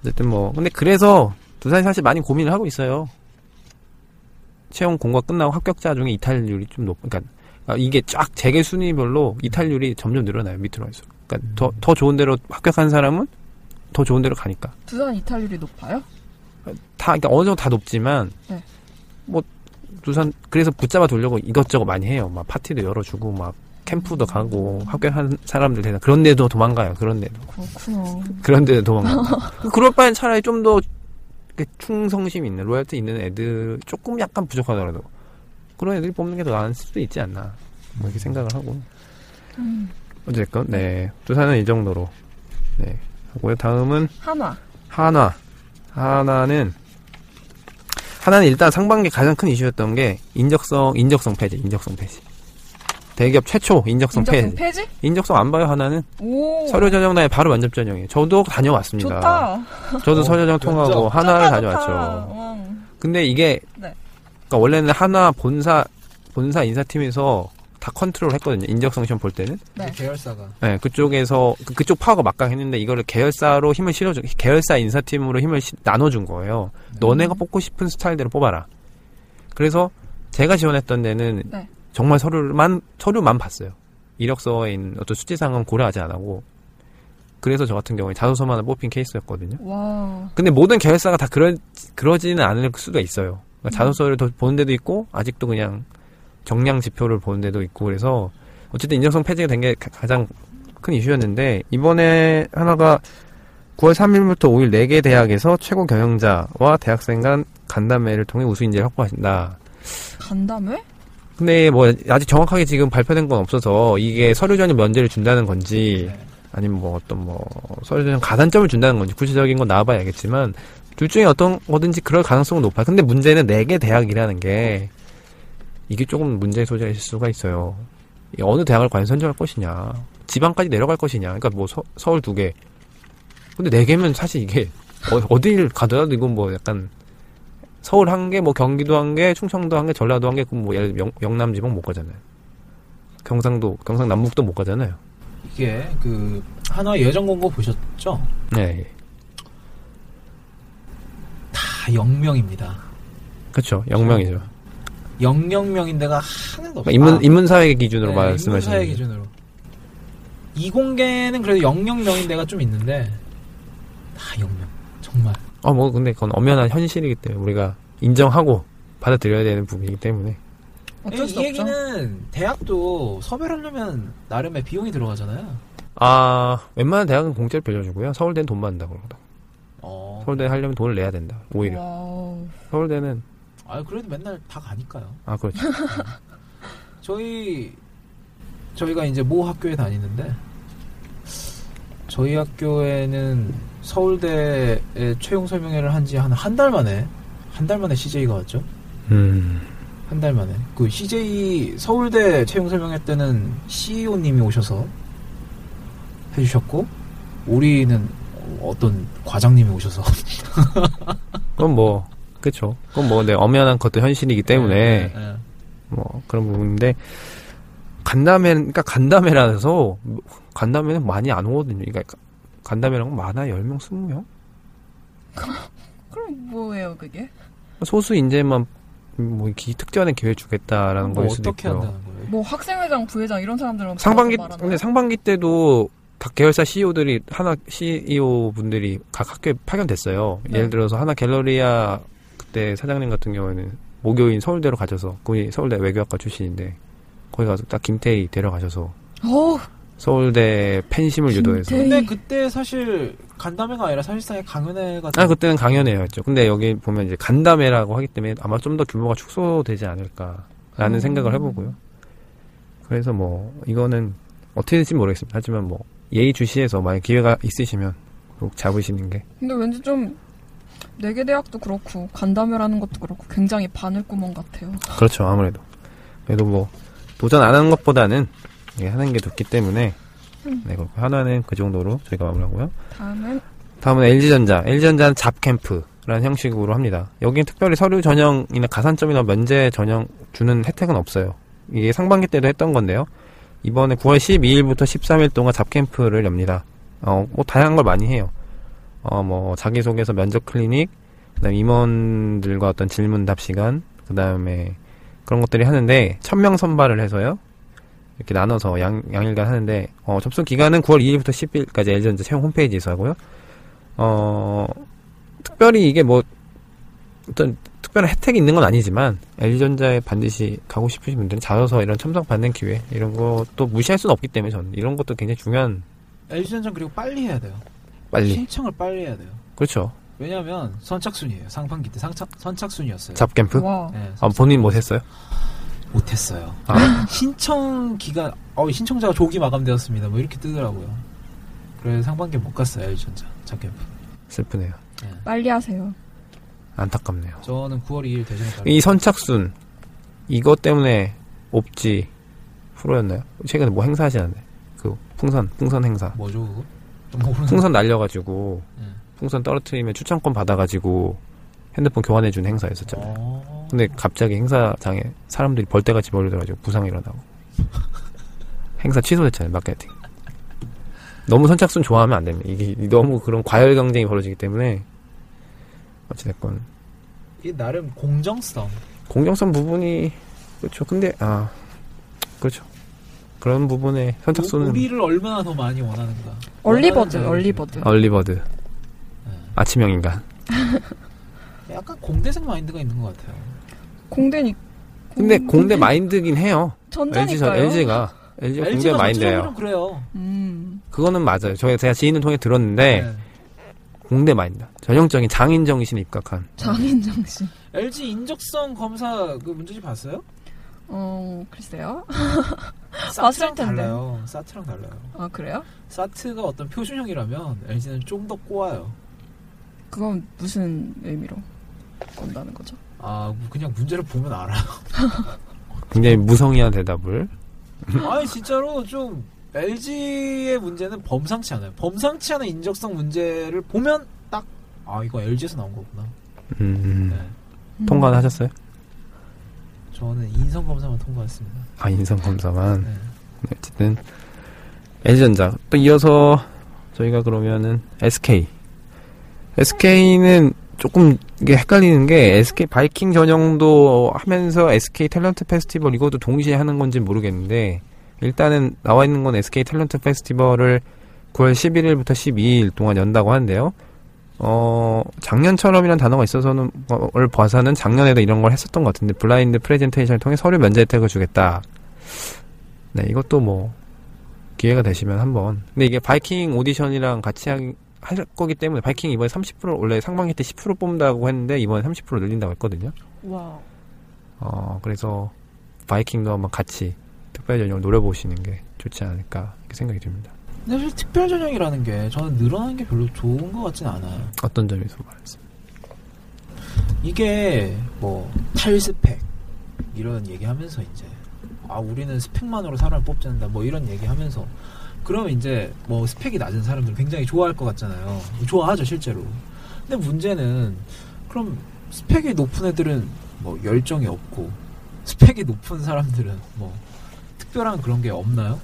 [SPEAKER 1] 어쨌든 뭐, 근데 그래서 두산이 사실 많이 고민을 하고 있어요. 채용 공고 가 끝나고 합격자 중에 이탈률이 좀 높, 그러니까 아, 이게 쫙 재계 순위별로 이탈률이 점점 늘어나요, 밑으로 해서. 그러니까
[SPEAKER 2] 음.
[SPEAKER 1] 더, 더 좋은 데로 합격한 사람은 더 좋은 데로 가니까.
[SPEAKER 3] 두산 이탈률이 높아요?
[SPEAKER 1] 다, 그러니까 어느 정도 다 높지만,
[SPEAKER 3] 네.
[SPEAKER 1] 뭐, 두산, 그래서 붙잡아 두려고 이것저것 많이 해요. 막 파티도 열어주고, 막 캠프도 가고, 합격한 사람들 대상. 그런데도 도망가요, 그런데도.
[SPEAKER 3] 그렇구나.
[SPEAKER 1] 그런데 도망가. 그럴 바엔 차라리 좀 더 충성심 있는 로얄티 있는 애들 조금 약간 부족하더라도 그런 애들이 뽑는 게 더 나을 수도 있지 않나 뭐 이렇게 생각을 하고
[SPEAKER 3] 음,
[SPEAKER 1] 어쨌건 네 두산은 이 정도로 네 하고요 다음은
[SPEAKER 3] 한화.
[SPEAKER 1] 하나 하나는 하나는 일단 상반기 가장 큰 이슈였던 게 인적성 인적성 폐지 인적성 폐지 대기업 최초 인적성,
[SPEAKER 3] 인적성
[SPEAKER 1] 폐지
[SPEAKER 3] 폐지? 어.
[SPEAKER 1] 인적성 안 봐요 하나는
[SPEAKER 3] 오.
[SPEAKER 1] 서류 전형 나에 바로 만점 전형이에요 저도 다녀왔습니다
[SPEAKER 3] 좋다.
[SPEAKER 1] 저도
[SPEAKER 2] 어,
[SPEAKER 1] 서류장
[SPEAKER 2] 면접.
[SPEAKER 1] 통하고 하나를
[SPEAKER 3] 좋다,
[SPEAKER 1] 다녀왔죠.
[SPEAKER 3] 좋다. 응.
[SPEAKER 1] 근데 이게
[SPEAKER 3] 네.
[SPEAKER 1] 그러니까 원래는 하나 본사 본사 인사팀에서 다 컨트롤 했거든요. 인적성 시험 볼 때는.
[SPEAKER 3] 네.
[SPEAKER 2] 계열사가
[SPEAKER 1] 네, 그쪽에서 그, 쪽 파악을 막강 했는데 이거를 계열사로 힘을 실어준 계열사 인사팀으로 힘을 시- 나눠준 거예요.
[SPEAKER 2] 네.
[SPEAKER 1] 너네가 뽑고 싶은 스타일대로 뽑아라. 그래서 제가 지원했던 데는
[SPEAKER 3] 네.
[SPEAKER 1] 정말 서류만 서류만 봤어요. 이력서에 있는 어떤 수치상은 고려하지 않았고 그래서 저 같은 경우에 자소서만 뽑힌 케이스였거든요.
[SPEAKER 3] 와.
[SPEAKER 1] 근데 모든 계열사가 다 그러, 그러지는 않을 수가 있어요. 그러니까 자소서를 더 보는 데도 있고, 아직도 그냥 정량 지표를 보는 데도 있고, 그래서, 어쨌든 인정성 폐지가 된 게 가장 큰 이슈였는데, 이번에 하나가 9월 3일부터 5일 4개 대학에서 최고 경영자와 대학생 간 간담회를 통해 우수 인재를 확보하신다.
[SPEAKER 3] 간담회?
[SPEAKER 1] 근데 뭐, 아직 정확하게 지금 발표된 건 없어서, 이게 서류 전형 면제를 준다는 건지,
[SPEAKER 2] 네.
[SPEAKER 1] 아니면 뭐 어떤 뭐 서류 전형 가산점을 준다는 건지 구체적인 건 나와봐야 알겠지만 둘 중에 어떤 거든지 그럴 가능성은 높아요. 근데 문제는 네 개 대학이라는 게 이게 조금 문제의 소지가 있을 수가 있어요. 이 어느 대학을 과연 선정할 것이냐, 지방까지 내려갈 것이냐. 그러니까 뭐 서, 서울 두 개. 근데 네 개면 사실 이게 어, 어딜 가더라도 이건 뭐 약간 서울 한 개, 뭐 경기도 한 개, 충청도 한 개, 전라도 한 개, 그럼 뭐 예를 들면 영- 영남 지방 못 가잖아요. 경상도, 경상 남북도 못 가잖아요.
[SPEAKER 2] 이게 그 하나 예정 공고 보셨죠?
[SPEAKER 1] 네.
[SPEAKER 2] 다 영명입니다.
[SPEAKER 1] 그렇죠. 영명이죠.
[SPEAKER 2] 아,
[SPEAKER 1] 그러니까
[SPEAKER 2] 영영명인 데가 하나도 없어.
[SPEAKER 1] 인문 인문사회 기준으로 말씀하시는
[SPEAKER 2] 아. 네, 인문사의
[SPEAKER 1] 거죠.
[SPEAKER 2] 기준으로. 이공계는 그래도 영영명인 데가 좀 있는데 다 영명. 정말.
[SPEAKER 1] 어, 뭐 근데 그건 엄연한 현실이기 때문에 우리가 인정하고 받아들여야 되는 부분이기 때문에
[SPEAKER 3] 어쩔 수
[SPEAKER 2] 이
[SPEAKER 3] 없죠.
[SPEAKER 2] 얘기는 대학도 섭외를 하려면 나름의 비용이 들어가잖아요.
[SPEAKER 1] 아 웬만한 대학은 공짜로 빌려주고요. 서울대는 돈 받는다 그러다.
[SPEAKER 2] 어.
[SPEAKER 1] 서울대 하려면 돈을 내야 된다. 오히려
[SPEAKER 2] 네.
[SPEAKER 3] 와우.
[SPEAKER 1] 서울대는
[SPEAKER 2] 아 그래도 맨날 다 가니까요.
[SPEAKER 1] 아 그렇죠.
[SPEAKER 2] 저희 저희가 이제 모 학교에 다니는데 저희 학교에는 서울대에 채용 설명회를 한 지 한 한 달 만에 한 달 만에 CJ가 왔죠.
[SPEAKER 1] 음,
[SPEAKER 2] 한 달 만에. 그 CJ 서울대 채용 설명회 때는 CEO님이 오셔서 해주셨고, 우리는 어떤 과장님이 오셔서.
[SPEAKER 1] 그건 뭐 그렇죠. 그건 뭐 근데 엄연한 것도 현실이기 때문에
[SPEAKER 2] 예, 예.
[SPEAKER 1] 뭐 그런 부분인데 간담회 그러니까 간담회라서 간담회는 많이 안 오거든요. 그러니까 간담회라는 건 많아 10명 20명
[SPEAKER 3] 그럼 뭐예요, 그게?
[SPEAKER 1] 소수 인재만 뭐 기, 특전의 기회 주겠다라는
[SPEAKER 2] 뭐
[SPEAKER 1] 거일 수도
[SPEAKER 2] 어떻게
[SPEAKER 1] 있고요.
[SPEAKER 2] 한다는 거예요?
[SPEAKER 3] 뭐 학생회장, 부회장 이런 사람들만
[SPEAKER 1] 상반기
[SPEAKER 3] 불러서 말하나요?
[SPEAKER 1] 근데 상반기 때도 각 계열사 CEO들이 하나 CEO 분들이 각 학교에 파견됐어요.
[SPEAKER 3] 네.
[SPEAKER 1] 예를 들어서 하나 갤러리아 그때 사장님 같은 경우에는 목요인 서울대로 가셔서 그분이 서울대 외교학과 출신인데 거기 가서 딱 김태희 데려가셔서
[SPEAKER 3] 어,
[SPEAKER 1] 서울대 팬심을 유도해서
[SPEAKER 3] 김태희.
[SPEAKER 2] 근데 그때 사실 간담회가 아니라 사실상의 강연회가
[SPEAKER 1] 아 그때는 강연회였죠. 근데 여기 보면 이제 간담회라고 하기 때문에 아마 좀 더 규모가 축소되지 않을까라는
[SPEAKER 3] 음.
[SPEAKER 1] 생각을 해보고요. 그래서 뭐 이거는 어떻게 될지 모르겠습니다. 하지만 뭐 예의 주시해서 만약 기회가 있으시면 꼭 잡으시는 게
[SPEAKER 3] 근데 왠지 좀 네개 대학도 그렇고 간담회라는 것도 그렇고 굉장히 바늘구멍 같아요.
[SPEAKER 1] 그렇죠. 아무래도 그래도 뭐 도전 안 하는 것보다는 예, 하는 게 좋기 때문에 네 그렇고 하나는 그 정도로 저희가 마무리하고요.
[SPEAKER 3] 다음은
[SPEAKER 1] 다음은 LG전자. LG전자는 잡캠프라는 형식으로 합니다. 여기는 특별히 서류 전형이나 가산점이나 면제 전형 주는 혜택은 없어요. 이게 상반기 때도 했던 건데요. 이번에 9월 12일부터 13일 동안 잡캠프를 엽니다. 어, 뭐 다양한 걸 많이 해요. 어, 뭐 자기소개서 면접 클리닉, 그다음 임원들과 어떤 질문답 시간, 그다음에 그런 것들이 하는데 1000명 선발을 해서요. 이렇게 나눠서 양, 양일간 하는데 어, 접수 기간은 9월 2일부터 10일까지 LG전자 채용 홈페이지에서 하고요. 어, 특별히 이게 뭐, 어떤 특별한 혜택이 있는 건 아니지만, LG전자에 반드시 가고 싶으신 분들은 자여서 이런 첨삭받는 기회, 이런 것도 무시할 수는 없기 때문에 저는 이런 것도 굉장히 중요한,
[SPEAKER 2] LG전자 그리고 빨리 해야 돼요.
[SPEAKER 1] 빨리.
[SPEAKER 2] 신청을 빨리 해야 돼요.
[SPEAKER 1] 그렇죠.
[SPEAKER 2] 왜냐하면 선착순이에요. 상반기 때 상착 선착순이었어요.
[SPEAKER 1] 잡캠프?
[SPEAKER 3] 와
[SPEAKER 2] 네,
[SPEAKER 1] 아, 본인 못했어요?
[SPEAKER 2] 못했어요.
[SPEAKER 1] 아.
[SPEAKER 2] 신청 기간, 어, 신청자가 조기 마감되었습니다. 뭐 이렇게 뜨더라고요. 그래서 상반기 못 갔어요, LG전자. 잡캠프.
[SPEAKER 1] 슬프네요.
[SPEAKER 3] 빨리 하세요.
[SPEAKER 1] 안타깝네요.
[SPEAKER 2] 저는 9월 2일 대전에 가요.
[SPEAKER 1] 이 선착순, 이것 때문에 옵지 프로였나요? 최근에 뭐 행사하시는데. 그, 풍선, 풍선 행사.
[SPEAKER 2] 뭐죠, 그거? 좀 모르는
[SPEAKER 1] 풍선 날려가지고,
[SPEAKER 2] 예.
[SPEAKER 1] 풍선 떨어뜨리면 추천권 받아가지고 핸드폰 교환해주는 행사였었잖아요.
[SPEAKER 2] 어...
[SPEAKER 1] 근데 갑자기 행사장에 사람들이 벌떼같이 몰려들어가지고 부상이 일어나고 행사 취소됐잖아요 마케팅. 너무 선착순 좋아하면 안 됩니다. 이게 너무 그런 과열 경쟁이 벌어지기 때문에 어찌됐건
[SPEAKER 2] 이게 나름 공정성.
[SPEAKER 1] 공정성 부분이 그렇죠. 근데 아 그렇죠. 그런 부분에 선착순은
[SPEAKER 2] 우리를 얼마나 더 많이 원하는가.
[SPEAKER 1] 네.
[SPEAKER 3] 얼리버드,
[SPEAKER 2] 원하는
[SPEAKER 3] 얼리버드.
[SPEAKER 1] 아. 얼리버드 아침형 인간.
[SPEAKER 2] 네. 약간 공대생 마인드가 있는 것 같아요.
[SPEAKER 3] 공대니.
[SPEAKER 1] 근데 공대 마인드긴 해요. LG 전
[SPEAKER 3] 전자니까요.
[SPEAKER 1] LG가 LG가 공대
[SPEAKER 2] LG가
[SPEAKER 1] 마인드예요.
[SPEAKER 2] 전체적으로 그래요.
[SPEAKER 3] 음.
[SPEAKER 1] 그거는 맞아요. 저희 제가 지인을 통해 들었는데
[SPEAKER 2] 네.
[SPEAKER 1] 공대 마인드 전형적인 장인 정신에 입각한
[SPEAKER 3] 장인정 씨.
[SPEAKER 2] LG 인적성 검사 그 문제집 봤어요?
[SPEAKER 3] 어, 글쎄요.
[SPEAKER 2] 사트랑
[SPEAKER 3] 텐데.
[SPEAKER 2] 달라요. 사트랑 달라요.
[SPEAKER 3] 아, 그래요?
[SPEAKER 2] 사트가 어떤 표준형이라면 LG는 좀 더 꼬아요.
[SPEAKER 3] 그건 무슨 의미로 건다는 거죠?
[SPEAKER 2] 아 그냥 문제를 보면 알아.
[SPEAKER 1] 굉장히 무성의한 대답을
[SPEAKER 2] 아니 진짜로 좀 LG의 문제는 범상치 않아요. 범상치 않은 인적성 문제를 보면 딱 아 이거 LG에서 나온 거구나.
[SPEAKER 1] 음,
[SPEAKER 2] 네.
[SPEAKER 3] 음.
[SPEAKER 1] 통과는 하셨어요?
[SPEAKER 2] 저는 인성 검사만 통과했습니다.
[SPEAKER 1] 아 인성 검사만
[SPEAKER 2] 네.
[SPEAKER 1] 네, 어쨌든 LG전자 또 이어서 저희가 그러면은 SK SK는 조금 이게 헷갈리는 게 SK 바이킹 전형도 하면서 SK 탤런트 페스티벌 이것도 동시에 하는 건지 모르겠는데 일단은 나와 있는 건 SK 탤런트 페스티벌을 9월 11일부터 12일 동안 연다고 하는데요. 어, 작년처럼이란 단어가 있어서는, 어, 를 봐서는 작년에도 이런 걸 했었던 것 같은데, 블라인드 프레젠테이션을 통해 서류 면제 혜택을 주겠다. 네, 이것도 뭐, 기회가 되시면 한번. 근데 이게 바이킹 오디션이랑 같이 하, 할 거기 때문에, 바이킹 이번에 30%, 원래 상반기 때 10% 뽑는다고 했는데, 이번에 30% 늘린다고 했거든요.
[SPEAKER 3] 와.
[SPEAKER 1] 어, 그래서, 바이킹도 한번 같이 특별 전형을 노려보시는 게 좋지 않을까, 이렇게 생각이 듭니다.
[SPEAKER 2] 근데 사실 특별 전형이라는 게 저는 늘어난 게 별로 좋은 것 같진 않아요.
[SPEAKER 1] 어떤 점에서 말했어요?
[SPEAKER 2] 이게 뭐 탈스펙 이런 얘기하면서 이제 아 우리는 스펙만으로 사람을 뽑는다 뭐 이런 얘기하면서 그러면 이제 뭐 스펙이 낮은 사람들 굉장히 좋아할 것 같잖아요. 좋아하죠 실제로. 근데 문제는 그럼 스펙이 높은 애들은 뭐 열정이 없고 스펙이 높은 사람들은 뭐 특별한 그런 게 없나요?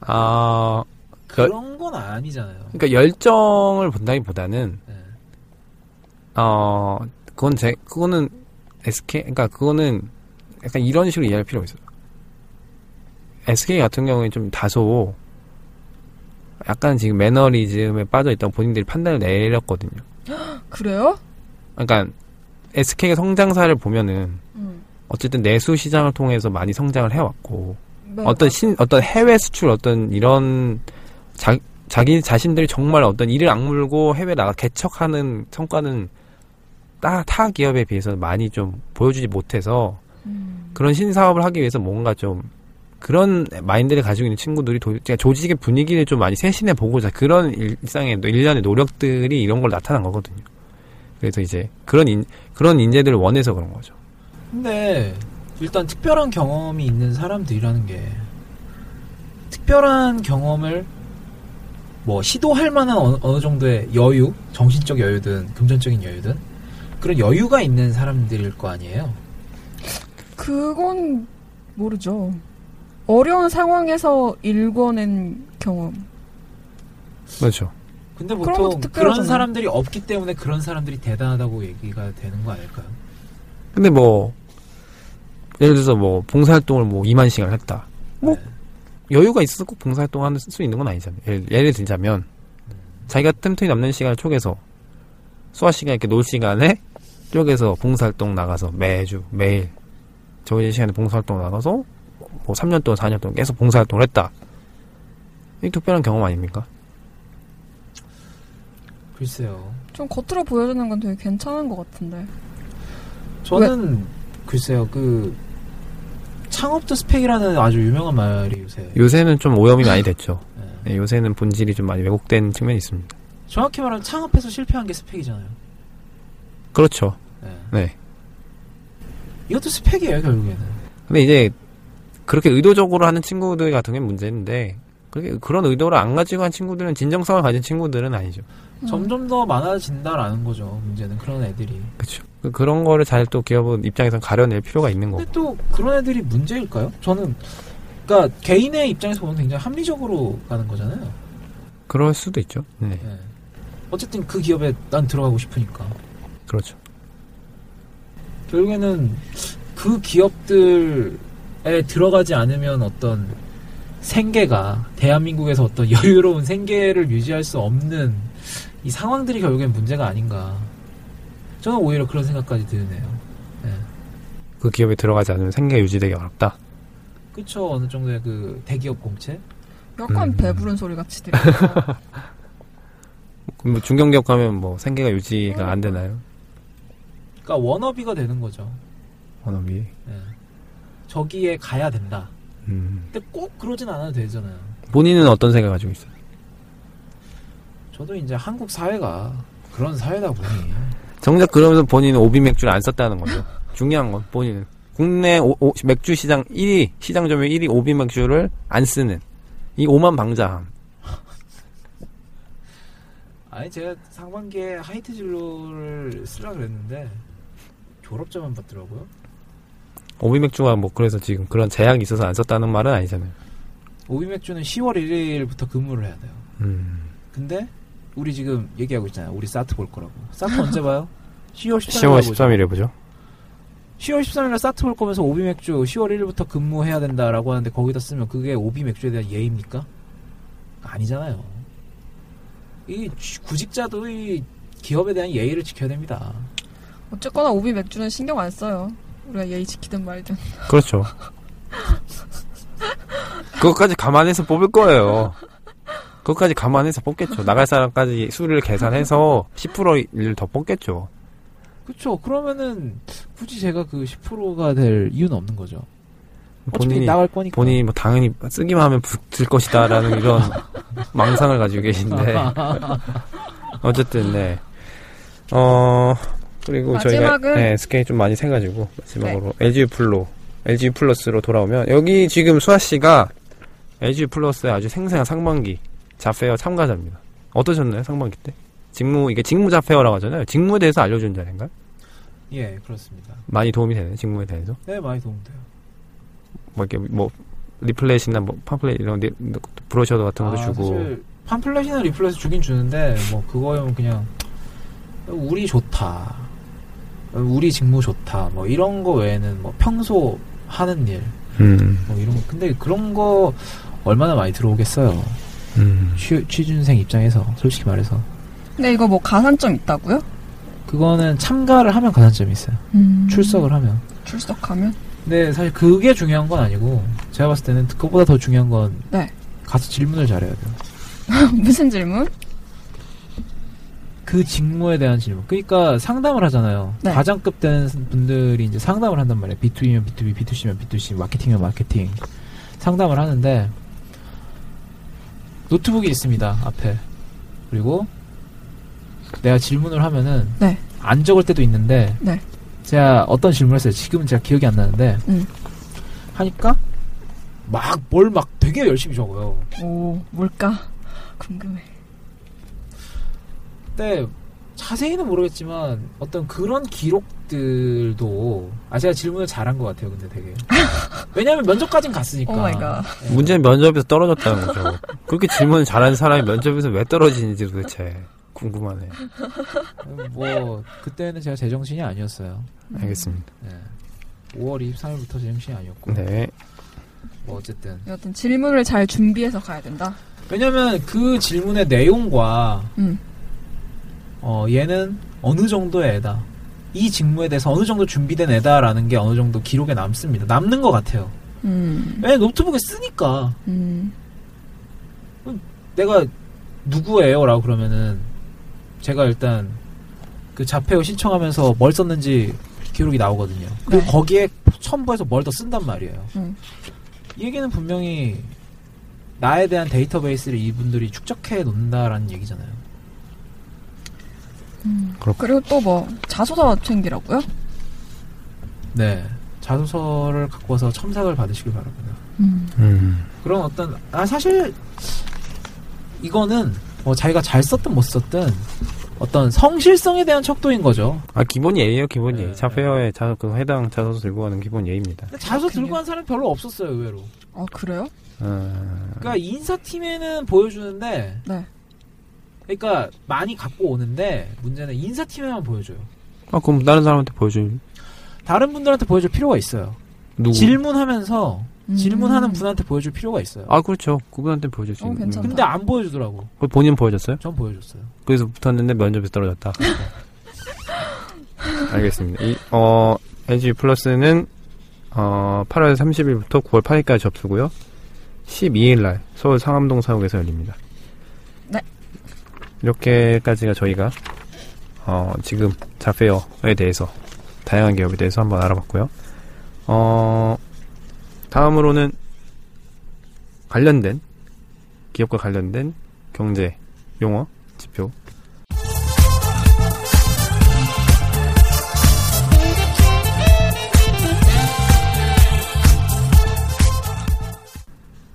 [SPEAKER 1] 아, 그,
[SPEAKER 2] 그런 건 아니잖아요.
[SPEAKER 1] 그러니까 열정을 본다기보다는
[SPEAKER 2] 네.
[SPEAKER 1] 어 그건 제 그거는 SK 그러니까 그거는 약간 이런 식으로 이해할 필요가 있어요. SK 같은 경우에 좀 다소 약간 지금 매너리즘에 빠져 있던 본인들이 판단을 내렸거든요.
[SPEAKER 3] 그래요?
[SPEAKER 1] 그러니까 SK의 성장사를 보면은
[SPEAKER 3] 음.
[SPEAKER 1] 어쨌든 내수 시장을 통해서 많이 성장을 해왔고
[SPEAKER 3] 네.
[SPEAKER 1] 어떤 신 어떤 해외 수출 어떤 이런 자, 자기 자신들이 정말 어떤 이를 악물고 해외 나가 개척하는 성과는 타, 타 기업에 비해서 많이 좀 보여주지 못해서
[SPEAKER 3] 음.
[SPEAKER 1] 그런 신사업을 하기 위해서 뭔가 좀 그런 마인드를 가지고 있는 친구들이 도, 그러니까 조직의 분위기를 좀 많이 세신해 보고자 그런 일상의 또 일련의 노력들이 이런 걸 나타난 거거든요. 그래서 이제 그런 인, 그런 인재들을 원해서 그런 거죠.
[SPEAKER 2] 근데 일단 특별한 경험이 있는 사람들이라는 게 특별한 경험을 뭐 시도할 만한 어느, 어느 정도의 여유, 정신적 여유든 금전적인 여유든 그런 여유가 있는 사람들일 거 아니에요.
[SPEAKER 3] 그, 그건 모르죠. 어려운 상황에서 일궈낸 경험.
[SPEAKER 1] 그렇죠.
[SPEAKER 2] 근데
[SPEAKER 3] 그런
[SPEAKER 2] 보통
[SPEAKER 3] 것도
[SPEAKER 2] 그런
[SPEAKER 3] 특별하잖아요.
[SPEAKER 2] 사람들이 없기 때문에 그런 사람들이 대단하다고 얘기가 되는 거 아닐까요?
[SPEAKER 1] 근데 뭐 예를 들어서 뭐 봉사활동을 뭐 2만 시간 했다. 뭐 여유가 있어서 꼭 봉사활동할 수 있는 건 아니잖아요. 예를, 예를 들자면 자기가 틈틈이 남는 시간을 쪼개서 수화 시간 이렇게 놀 시간에 쪼개서 봉사활동 나가서 매주 매일 저희 시간에 봉사활동 나가서 뭐 3년 동안 4년 동안 계속 봉사활동을 했다. 이 특별한 경험 아닙니까?
[SPEAKER 2] 글쎄요.
[SPEAKER 3] 좀 겉으로 보여주는 건 되게 괜찮은 것 같은데.
[SPEAKER 2] 저는 글쎄요. 그 창업자 스펙이라는 아주 유명한 말이 요새
[SPEAKER 1] 요새는 좀 오염이 많이 됐죠.
[SPEAKER 2] 예.
[SPEAKER 1] 네, 요새는 본질이 좀 많이 왜곡된 측면이 있습니다.
[SPEAKER 2] 정확히 말하면 창업해서 실패한 게 스펙이잖아요.
[SPEAKER 1] 그렇죠.
[SPEAKER 2] 예.
[SPEAKER 1] 네.
[SPEAKER 2] 이것도 스펙이에요 결국에는.
[SPEAKER 1] 근데 이제 그렇게 의도적으로 하는 친구들 같은 게 문제인데 그렇게 그런 의도를 안 가지고 한 친구들은 진정성을 가진 친구들은 아니죠.
[SPEAKER 3] 음.
[SPEAKER 2] 점점 더 많아진다라는 거죠. 문제는 그런 애들이.
[SPEAKER 1] 그렇죠. 그런 거를 잘 또 기업은 입장에선 가려낼 필요가 있는 거고.
[SPEAKER 2] 근데 또 그런 애들이 문제일까요? 저는 그러니까 개인의 입장에서 보면 굉장히 합리적으로 가는 거잖아요.
[SPEAKER 1] 그럴 수도 있죠. 네,
[SPEAKER 2] 예. 어쨌든 그 기업에 난 들어가고 싶으니까.
[SPEAKER 1] 그렇죠.
[SPEAKER 2] 결국에는 그 기업들에 들어가지 않으면 어떤 생계가 대한민국에서 어떤 여유로운 생계를 유지할 수 없는 이 상황들이 결국엔 문제가 아닌가. 저는 오히려 그런 생각까지 드네요.
[SPEAKER 1] 그 기업에 들어가지 않으면 생계 유지되기 어렵다.
[SPEAKER 2] 그쵸 어느 정도의 그 대기업 공채.
[SPEAKER 3] 약간
[SPEAKER 1] 음.
[SPEAKER 3] 배부른 소리 같이 들려요.
[SPEAKER 1] 그럼 뭐 중견기업 가면 뭐 생계가 유지가 안 되나요?
[SPEAKER 2] 그러니까 워너비가 되는 거죠.
[SPEAKER 1] 원업이.
[SPEAKER 2] 예. 저기에 가야 된다.
[SPEAKER 1] 음.
[SPEAKER 2] 근데 꼭 그러진 않아도 되잖아요.
[SPEAKER 1] 본인은 어떤 생각 가지고 있어요?
[SPEAKER 2] 저도 이제 한국 사회가 그런 사회다 보니
[SPEAKER 1] 정작 그러면서 본인은 오비 맥주를 안 썼다는 거죠. 중요한 건 본인은 국내 오- 오- 맥주 시장 1위 시장 점유 1위 오비 맥주를 안 쓰는 이 오만 방자함.
[SPEAKER 2] 아니 제가 상반기에 하이트 진로를 쓰려 그랬는데 졸업자만 받더라고요.
[SPEAKER 1] 오비 맥주가 뭐 그래서 지금 그런 제약이 있어서 안 썼다는 말은 아니잖아요.
[SPEAKER 2] 오비맥주는 10월 1일부터 근무를 해야 돼요.
[SPEAKER 1] 음.
[SPEAKER 2] 근데 우리 지금 얘기하고 있잖아요. 우리 사트 볼 거라고. 사트 언제 봐요? 10월
[SPEAKER 1] 10월
[SPEAKER 2] 13일.
[SPEAKER 1] 13일에 보죠.
[SPEAKER 2] 10월 13일에 사트 볼 거면서 오비맥주 10월 1일부터 근무해야 된다라고 하는데 거기다 쓰면 그게 오비맥주에 대한 예입니까? 아니잖아요. 이 주- 구직자도 이 기업에 대한 예의를 지켜야 됩니다.
[SPEAKER 3] 어쨌거나 오비 맥주는 신경 안 써요. 우리가 예의 지키든 말든.
[SPEAKER 1] 그렇죠. 그것까지 감안해서 뽑을 거예요. 그것까지 감안해서 뽑겠죠. 나갈 사람까지 수를 계산해서 10%를 더 뽑겠죠.
[SPEAKER 2] 그쵸. 그러면은 굳이 제가 그 10%가 될 이유는 없는 거죠. 어차피
[SPEAKER 1] 본인이-
[SPEAKER 2] 나갈 거니까.
[SPEAKER 1] 본인이 뭐 당연히 쓰기만 하면 붙을 것이다라는 이런 망상을 가지고 계신데 어쨌든 네. 어 그리고 저희가
[SPEAKER 3] 마지막은- 네.
[SPEAKER 1] 네, SK 좀 많이 세 가지고 마지막으로 LG 플로 LG 플러스로 돌아오면 여기 지금 수아 씨가 LG 플러스의 아주 생생한 상반기 자페어 참가자입니다. 어떠셨나요 상반기 때? 직무 이게 직무 자페어라고 하잖아요. 직무에 대해서 알려준 자리인가요?
[SPEAKER 2] 예, 그렇습니다.
[SPEAKER 1] 많이 도움이 되는 직무에 대해서
[SPEAKER 2] 네, 많이 도움돼요.
[SPEAKER 1] 뭐 이렇게 뭐 리플렛이나 뭐 팜플렛 이런 데- 브로셔 같은 것도
[SPEAKER 2] 아,
[SPEAKER 1] 주고
[SPEAKER 2] 사실 팜플렛이나 리플렛 주긴 주는데 뭐 그거면 그냥 우리 좋다. 우리 직무 좋다. 뭐 이런 거 외에는 뭐 평소 하는 일 뭐
[SPEAKER 1] 음.
[SPEAKER 2] 이런 거. 근데 그런 거 얼마나 많이 들어오겠어요.
[SPEAKER 1] 음.
[SPEAKER 2] 취, 취준생 입장에서 솔직히 말해서
[SPEAKER 3] 근데 이거 뭐 가산점 있다고요?
[SPEAKER 2] 그거는 참가를 하면 가산점이 있어요.
[SPEAKER 3] 음.
[SPEAKER 2] 출석을 하면.
[SPEAKER 3] 출석하면
[SPEAKER 2] 근데 사실 그게 중요한 건 아니고 제가 봤을 때는 그거보다 더 중요한 건
[SPEAKER 3] 네.
[SPEAKER 2] 가서 질문을 잘해야 돼요.
[SPEAKER 3] 무슨 질문?
[SPEAKER 2] 그 직무에 대한 질문. 그러니까 상담을 하잖아요.
[SPEAKER 3] 네.
[SPEAKER 2] 과장급 되는 분들이 이제 상담을 한단 말이에요. B2B면 B2B, B2C면 B2C, 마케팅이면 마케팅. 상담을 하는데 노트북이 있습니다. 앞에. 그리고 내가 질문을 하면은
[SPEAKER 3] 네.
[SPEAKER 2] 안 적을 때도 있는데
[SPEAKER 3] 네.
[SPEAKER 2] 제가 어떤 질문을 했어요. 지금은 제가 기억이 안 나는데
[SPEAKER 3] 음.
[SPEAKER 2] 하니까 막 뭘 막 되게 열심히 적어요.
[SPEAKER 3] 오 뭘까 궁금해.
[SPEAKER 2] 그때 자세히는 모르겠지만 어떤 그런 기록들도 아 제가 질문을 잘한 것 같아요 근데 되게 왜냐하면 면접까진 갔으니까
[SPEAKER 3] 오 마이 갓.
[SPEAKER 2] 예.
[SPEAKER 1] 문제는 면접에서 떨어졌다는 거죠. 그렇게 질문을 잘하는 사람이 면접에서 왜 떨어지는지 도대체 궁금하네.
[SPEAKER 2] 뭐 그때는 제가 제정신이 아니었어요
[SPEAKER 1] 알겠습니다.
[SPEAKER 2] 5월 23일부터 제정신이 아니었고
[SPEAKER 1] 네.
[SPEAKER 2] 뭐 어쨌든
[SPEAKER 3] 여튼 질문을 잘 준비해서 가야 된다.
[SPEAKER 2] 왜냐면 그 질문의 내용과
[SPEAKER 3] 음.
[SPEAKER 2] 어 얘는 어느 정도의 애다 이 직무에 대해서 어느 정도 준비된 애다라는 게 어느 정도 기록에 남습니다 남는 것 같아요
[SPEAKER 3] 음.
[SPEAKER 2] 왜냐면 노트북에 쓰니까
[SPEAKER 3] 음.
[SPEAKER 2] 내가 누구예요? 라고 그러면은 제가 일단 그 자폐어 신청하면서 뭘 썼는지 기록이 나오거든요. 그리고
[SPEAKER 3] 네.
[SPEAKER 2] 거기에 첨부해서 뭘 더 쓴단 말이에요.
[SPEAKER 3] 음.
[SPEAKER 2] 이 얘기는 분명히 나에 대한 데이터베이스를 이분들이 축적해 놓는다라는 얘기잖아요.
[SPEAKER 1] 그렇군.
[SPEAKER 3] 그리고 또 뭐 자소서 챙기라고요?
[SPEAKER 2] 네. 자소서를 갖고 와서 첨삭을 받으시길 바랍니다.
[SPEAKER 3] 음.
[SPEAKER 1] 음.
[SPEAKER 2] 그런 어떤 아 사실 이거는 뭐 자기가 잘 썼든 못 썼든 어떤 성실성에 대한 척도인 거죠.
[SPEAKER 1] 아, 기본 예의예요, 기본 예의.
[SPEAKER 2] 네.
[SPEAKER 1] 자페어에 자, 그 해당 자소서 들고 가는 기본 예의입니다.
[SPEAKER 2] 근데 자소서
[SPEAKER 3] 그렇군요.
[SPEAKER 2] 들고 간 사람 별로 없었어요, 의외로.
[SPEAKER 1] 네.
[SPEAKER 3] 아 그래요?
[SPEAKER 1] 아,
[SPEAKER 2] 그러니까 인사팀에는 보여주는데,
[SPEAKER 3] 네.
[SPEAKER 2] 그러니까 많이 갖고 오는데 문제는 인사팀에만 보여줘요.
[SPEAKER 1] 아, 그럼 다른 사람한테 보여줄,
[SPEAKER 2] 다른 분들한테 보여줄 필요가 있어요.
[SPEAKER 1] 누구?
[SPEAKER 2] 질문하면서
[SPEAKER 3] 음.
[SPEAKER 2] 질문하는 분한테 보여줄 필요가 있어요.
[SPEAKER 1] 아, 네. 그렇죠. 그분한테 보여줄 수
[SPEAKER 3] 어,
[SPEAKER 1] 있는.
[SPEAKER 3] 괜찮다.
[SPEAKER 2] 근데 안 보여주더라고.
[SPEAKER 1] 그 본인 보여줬어요?
[SPEAKER 2] 전 보여줬어요.
[SPEAKER 1] 그래서 붙었는데 면접에서 떨어졌다. 알겠습니다. 이, 어, LG 플러스는, 어, 8월 30일부터 9월 8일까지 접수고요 12일날 서울 상암동 사옥에서 열립니다.
[SPEAKER 3] 네.
[SPEAKER 1] 이렇게까지가 저희가, 어, 지금 자페어에 대해서, 다양한 기업에 대해서 한번 알아봤고요 어, 다음으로는 관련된, 기업과 관련된 경제, 용어, 지표.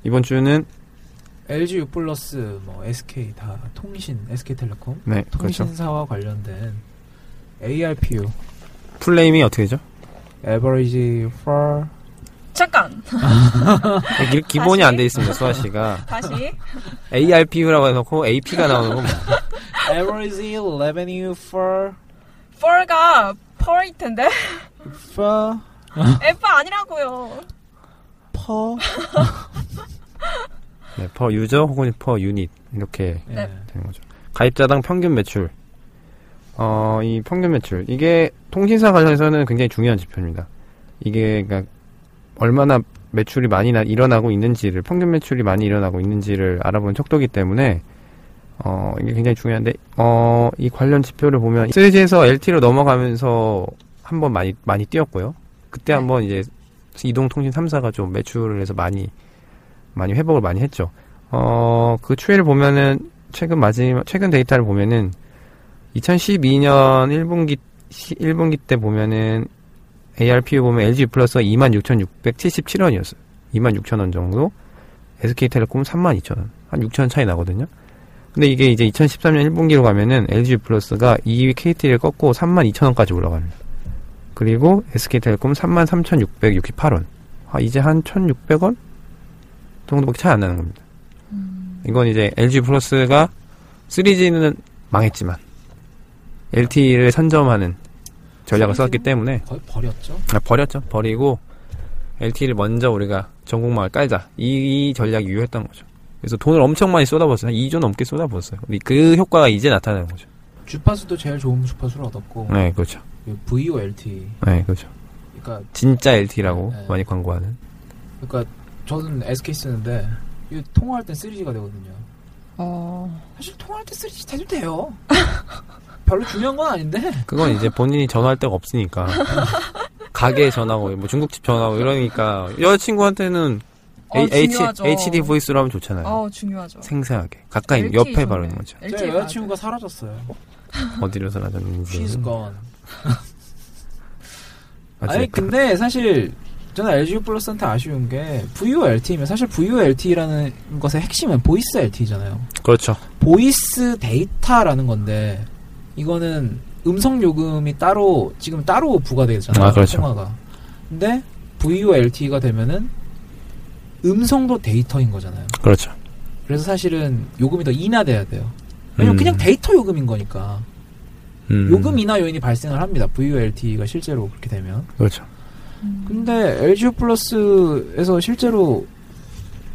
[SPEAKER 1] 이번 주는
[SPEAKER 2] LG U 플러스, 뭐 SK 다 통신, SK텔레콤
[SPEAKER 1] 네 그렇죠.
[SPEAKER 2] 통신사와 관련된 ARPU,
[SPEAKER 1] 풀네임이 어떻게 되죠?
[SPEAKER 2] Average for
[SPEAKER 3] 잠깐
[SPEAKER 2] 네,
[SPEAKER 1] 기, 기본이
[SPEAKER 3] 다시?
[SPEAKER 1] 안 돼 있습니다. 수아 씨가
[SPEAKER 3] 다시
[SPEAKER 1] ARPU라고 해놓고 AP가 나오는 건 뭐-
[SPEAKER 2] Average Revenue for
[SPEAKER 3] 펄가 펄이텐데
[SPEAKER 2] for
[SPEAKER 3] F 아니라고요.
[SPEAKER 2] per
[SPEAKER 1] 네, per 유저 혹은 per 유닛 이렇게
[SPEAKER 2] 예.
[SPEAKER 3] 네.
[SPEAKER 1] 되는 거죠. 가입자당 평균 매출. 어, 이 평균 매출. 이게 통신사 관련해서는 굉장히 중요한 지표입니다. 이게, 그러니까, 얼마나 매출이 많이 나- 일어나고 있는지를, 평균 매출이 많이 일어나고 있는지를 알아보는 척도기 때문에, 어, 이게 굉장히 중요한데, 어, 이 관련 지표를 보면, 3G에서 LTE로 넘어가면서 한번 많이, 많이 뛰었고요. 그때
[SPEAKER 3] 네.
[SPEAKER 1] 한번 이제, 이동통신 3사가 좀 매출을 해서 많이, 많이 회복을 많이 했죠. 어, 그 추이를 보면은, 최근 마지막 최근 데이터를 보면은 2012년 1분기 1분기 때 보면은 ARPU 보면 LG 플러스가 26,677원이었어요. 26,000원 정도. SK텔레콤은 32,000원. 한 6,000원 차이 나거든요. 근데 이게 이제 2013년 1분기로 가면은 LG 플러스가 2위 KT를 꺾고 32,000원까지 올라갑니다. 그리고 SK텔레콤 33,668원. 아, 이제 한 1,600원 정도밖에 차이 안 나는 겁니다. 이건 이제 LG 플러스가 3G는 망했지만 LTE를 선점하는 전략을 썼기 때문에
[SPEAKER 2] 거의 버렸죠.
[SPEAKER 1] 아, 버렸죠. 버리고 LTE를 먼저 우리가 전국망을 깔자 이, 이 전략이 유효했던 거죠. 그래서 돈을 엄청 많이 쏟아부었어요. 한 2조 넘게 쏟아부었어요. 근데 그 효과가 이제 나타나는 거죠.
[SPEAKER 2] 주파수도 제일 좋은 주파수를 얻었고
[SPEAKER 1] 네, 그렇죠.
[SPEAKER 2] VOLT
[SPEAKER 1] 네, 그렇죠.
[SPEAKER 2] 그러니까
[SPEAKER 1] 진짜 LTE라고
[SPEAKER 2] 네.
[SPEAKER 1] 많이 광고하는.
[SPEAKER 2] 그러니까 저는 SK 쓰는데 이거 통화할 땐 3G가 되거든요.
[SPEAKER 3] 어,
[SPEAKER 2] 사실 통화할 때 3G 돼도 돼요. 별로 중요한 건 아닌데
[SPEAKER 1] 그건 이제 본인이 전화할 데가 없으니까. 가게 전화고, 뭐 중국집 전화고, 이러니까. 여자친구한테는
[SPEAKER 3] 어,
[SPEAKER 1] A-
[SPEAKER 3] 중요하죠.
[SPEAKER 1] H, d 보이스로 하면 좋잖아요.
[SPEAKER 3] 어, E 중요하죠.
[SPEAKER 1] 생생하게. 가까이,
[SPEAKER 3] LTE
[SPEAKER 1] 옆에
[SPEAKER 3] 좋네.
[SPEAKER 1] 바로 있는 거죠.
[SPEAKER 2] 제
[SPEAKER 3] LTE 가
[SPEAKER 2] 여자친구가 사라졌어요.
[SPEAKER 1] 네. 어디로 사라졌는지.
[SPEAKER 2] She's gone.
[SPEAKER 1] 아직
[SPEAKER 2] 아니 그 근데 사실 저는 LG U 플러스한테 아쉬운 게 VOLT면 사실 VOLT라는 것의 핵심은 보이스 LTE잖아요.
[SPEAKER 1] 그렇죠.
[SPEAKER 2] 보이스 데이터라는 건데 이거는 음성 요금이 따로 지금 따로 부과되잖아요.
[SPEAKER 1] 아, 그렇죠.
[SPEAKER 2] 통화가. 근데 VOLT가 되면은 음성도 데이터인 거잖아요.
[SPEAKER 1] 그렇죠.
[SPEAKER 2] 그래서 사실은 요금이 더 인하돼야 돼요. 왜냐면
[SPEAKER 1] 음.
[SPEAKER 2] 그냥 데이터 요금인 거니까
[SPEAKER 1] 음,
[SPEAKER 2] 요금 인하 요인이 발생을 합니다. VOLT가 실제로 그렇게 되면.
[SPEAKER 1] 그렇죠.
[SPEAKER 3] 음.
[SPEAKER 2] 근데 LG U 플러스에서 실제로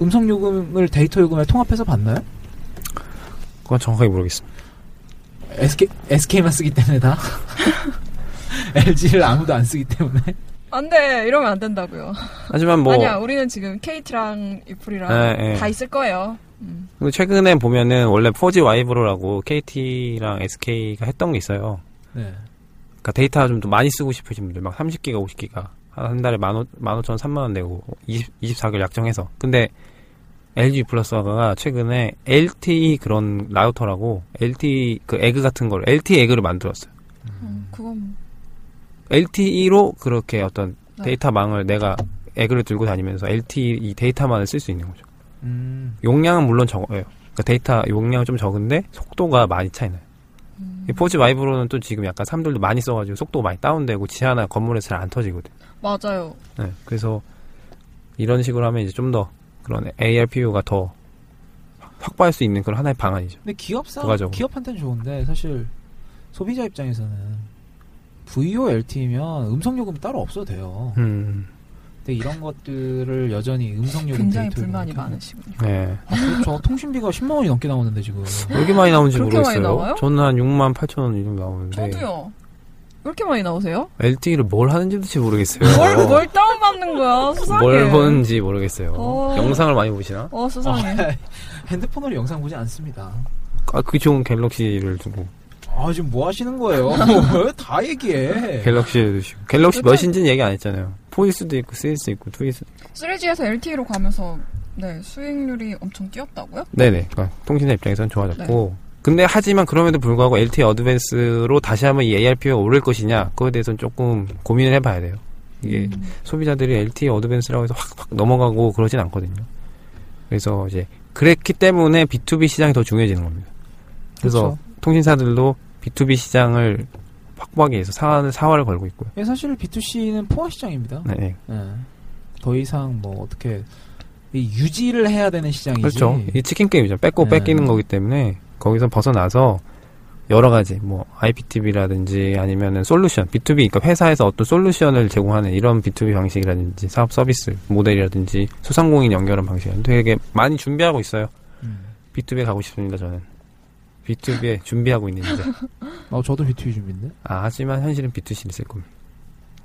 [SPEAKER 2] 음성 요금을 데이터 요금에 통합해서 봤나요?
[SPEAKER 1] 그건 정확하게 모르겠습니다.
[SPEAKER 2] SK, SK만 쓰기 때문에 다. LG를 아무도 안 쓰기 때문에.
[SPEAKER 3] 안 돼. 이러면 안 된다고요.
[SPEAKER 1] 하지만 뭐.
[SPEAKER 3] 아니야. 우리는 지금 KT랑 이플이랑
[SPEAKER 1] 예, 예.
[SPEAKER 3] 다 있을 거예요. 음.
[SPEAKER 1] 그리고 최근에 보면은 원래 4G 와이브로라고 KT랑 SK가 했던 게 있어요.
[SPEAKER 2] 네.
[SPEAKER 1] 그러니까 데이터 좀 더 많이 쓰고 싶으신 분들 막 30기가 50기가 한 달에 15,000원 3만원 내고 20, 24개월 약정해서 근데 LG 플러스가 최근에 LTE 그런 라우터라고 LTE 그 에그 같은 걸 LTE 에그를 만들었어요.
[SPEAKER 3] 음, 그건
[SPEAKER 1] LTE로 그렇게 어떤
[SPEAKER 3] 네.
[SPEAKER 1] 데이터망을 내가 에그를 들고 다니면서 LTE 이 데이터만을 쓸 수 있는 거죠.
[SPEAKER 2] 음.
[SPEAKER 1] 용량은 물론 적어요. 그러니까 데이터 용량은 좀 적은데 속도가 많이 차이나요.
[SPEAKER 3] 음.
[SPEAKER 1] 이 4G 와이브로는 또 지금 약간 사람들도 많이 써가지고 속도가 많이 다운되고 지하나 건물에서 잘 안 터지거든.
[SPEAKER 3] 맞아요.
[SPEAKER 1] 네, 그래서 이런 식으로 하면 이제 좀 더 그런 ARPU가 더 확보할 수 있는 그런 하나의 방안이죠. 뭐.
[SPEAKER 2] 근데 기업사,
[SPEAKER 1] 부가적으로.
[SPEAKER 2] 기업한테는 좋은데, 사실, 소비자 입장에서는, VOLT면 음성요금 따로 없어도 돼요.
[SPEAKER 1] 음,
[SPEAKER 2] 근데 이런 것들을 여전히 음성요금
[SPEAKER 3] 굉장히
[SPEAKER 2] 데이터
[SPEAKER 3] 불만이
[SPEAKER 2] 요금으로
[SPEAKER 3] 많으시군요.
[SPEAKER 1] 네.
[SPEAKER 2] 아, 그렇죠. 통신비가 10만 원이 넘게 나오는데, 지금.
[SPEAKER 1] 왜 이렇게 많이 나오는지
[SPEAKER 3] 그렇게 많이
[SPEAKER 1] 모르겠어요.
[SPEAKER 3] 나와요?
[SPEAKER 1] 저는 한 6만 8천 원 정도 나오는데
[SPEAKER 3] 저도요. 왜 이렇게 많이 나오세요?
[SPEAKER 1] LTE를 뭘 하는지 도대체 네. 모르겠어요.
[SPEAKER 3] 뭘, 뭘 다운받는 거야? 수상해.
[SPEAKER 1] 뭘 보는지 모르겠어요.
[SPEAKER 3] 어.
[SPEAKER 1] 영상을 많이 보시나?
[SPEAKER 3] 어, 수상해.
[SPEAKER 2] 아, 핸드폰으로 영상 보지 않습니다.
[SPEAKER 1] 아, 그 좋은 갤럭시를 두고
[SPEAKER 2] 아, 지금 뭐 하시는 거예요? 왜 다
[SPEAKER 1] 네.
[SPEAKER 2] 얘기해?
[SPEAKER 1] 갤럭시에 두시고 갤럭시
[SPEAKER 3] 그쵸?
[SPEAKER 1] 몇인지는 얘기 안 했잖아요. 4E도 있고 3E도 있고 2E도
[SPEAKER 3] 3G에서 LTE로 가면서 네 수익률이 엄청 뛰었다고요?
[SPEAKER 1] 네네. 그러니까 통신사 입장에선 좋아졌고. 근데 하지만 그럼에도 불구하고 LTE 어드밴스로 다시 한번 이 ARP가 오를 것이냐 그거에 대해서는 조금 고민을 해봐야 돼요. 이게
[SPEAKER 3] 음.
[SPEAKER 1] 소비자들이 LTE 어드밴스라고 해서 확 확 넘어가고 그러진 않거든요. 그래서 이제 그랬기 때문에 B2B 시장이 더 중요해지는 겁니다. 그래서
[SPEAKER 2] 그쵸.
[SPEAKER 1] 통신사들도 B2B 시장을 확보하기 위해서 사활을, 사활을 걸고 있고요.
[SPEAKER 2] 예, 사실 B2C는 포화 시장입니다.
[SPEAKER 1] 네, 네.
[SPEAKER 2] 예. 더 이상 뭐 어떻게 이 유지를 해야 되는 시장이지.
[SPEAKER 1] 그렇죠. 이 치킨 게임이죠. 뺏고
[SPEAKER 2] 네.
[SPEAKER 1] 뺏기는 거기 때문에 거기서 벗어나서 여러 가지 뭐 IPTV라든지 아니면은 솔루션 B2B 그러니까 회사에서 어떤 솔루션을 제공하는 이런 B2B 방식이라든지 사업 서비스 모델이라든지 소상공인 연결한 방식은 되게 많이 준비하고 있어요.
[SPEAKER 2] 음.
[SPEAKER 1] B2B에 가고 싶습니다 저는. B2B에 준비하고 있는 이제.
[SPEAKER 2] 어, 저도 B2C 준비인데.
[SPEAKER 1] 아, 하지만 현실은 B2C를 쓸 겁니다.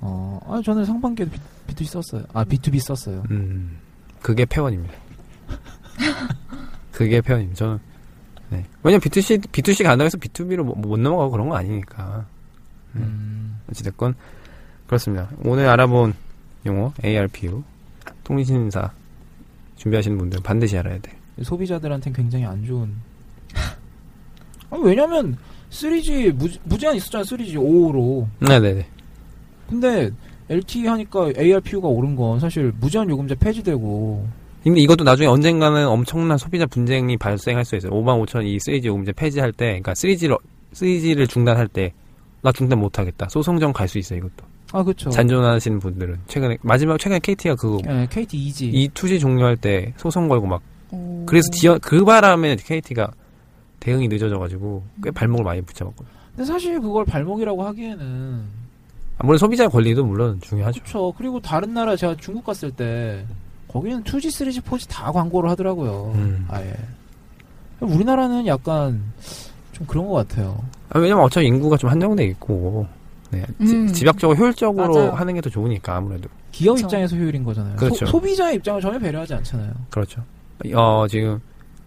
[SPEAKER 2] 어, 아 저는 상반기에도 B, 2 c 썼어요. 아 B2B 썼어요.
[SPEAKER 1] 음, 그게 패원입니다. 그게 패원입니다. 저는 네. 왜냐면 B2C B2C 간다고 해서 B2B로 뭐, 못 넘어가고 그런 거 아니니까.
[SPEAKER 2] 음.
[SPEAKER 1] 어찌됐건 그렇습니다. 오늘 알아본 용어 ARPU 통신사 준비하시는 분들은 반드시 알아야 돼.
[SPEAKER 2] 음. 소비자들한테 굉장히 안 좋은. 아, 왜냐면 3G 무, 무제한 있었잖아요. 3G 5로.
[SPEAKER 1] 네네네.
[SPEAKER 2] 근데 LTE 하니까 ARPU가 오른 건 사실 무제한 요금제 폐지되고
[SPEAKER 1] 근데 이것도 나중에 언젠가는 엄청난 소비자 분쟁이 발생할 수 있어요. 5만 5천 이 3G 요금제 폐지할 때, 그러니까 3G를 3G를 중단할 때. 나 중단 못하겠다. 소송전 갈 수 있어 요 이것도.
[SPEAKER 2] 아 그렇죠.
[SPEAKER 1] 잔존하시는 분들은 최근에 마지막 최근에 KT가 그거
[SPEAKER 2] 예, KT 2G.
[SPEAKER 1] 이 투지 종료할 때 소송 걸고 막
[SPEAKER 3] 오.
[SPEAKER 1] 그래서 지연 그 바람에 KT가 대응이 늦어져가지고 꽤 발목을 많이 붙잡았거든요.
[SPEAKER 2] 근데 사실 그걸 발목이라고 하기에는
[SPEAKER 1] 아무래도 소비자 의 권리도 물론 중요하죠.
[SPEAKER 2] 그렇죠. 그리고 다른 나라 제가 중국 갔을 때 거기는 2G, 3G, 4G 다 광고를 하더라고요.
[SPEAKER 1] 음.
[SPEAKER 2] 아예. 우리나라는 약간 좀 그런 것 같아요.
[SPEAKER 1] 아, 왜냐면 어차피 인구가 좀 한정돼 있고 네. 지-
[SPEAKER 3] 음.
[SPEAKER 1] 집약적으로 효율적으로
[SPEAKER 3] 맞아요.
[SPEAKER 1] 하는 게 더 좋으니까 아무래도
[SPEAKER 2] 기업
[SPEAKER 3] 그쵸.
[SPEAKER 2] 입장에서 효율인 거잖아요.
[SPEAKER 1] 그렇죠.
[SPEAKER 2] 소, 비자의 입장을 전혀 배려하지 않잖아요.
[SPEAKER 1] 그렇죠. 어 지금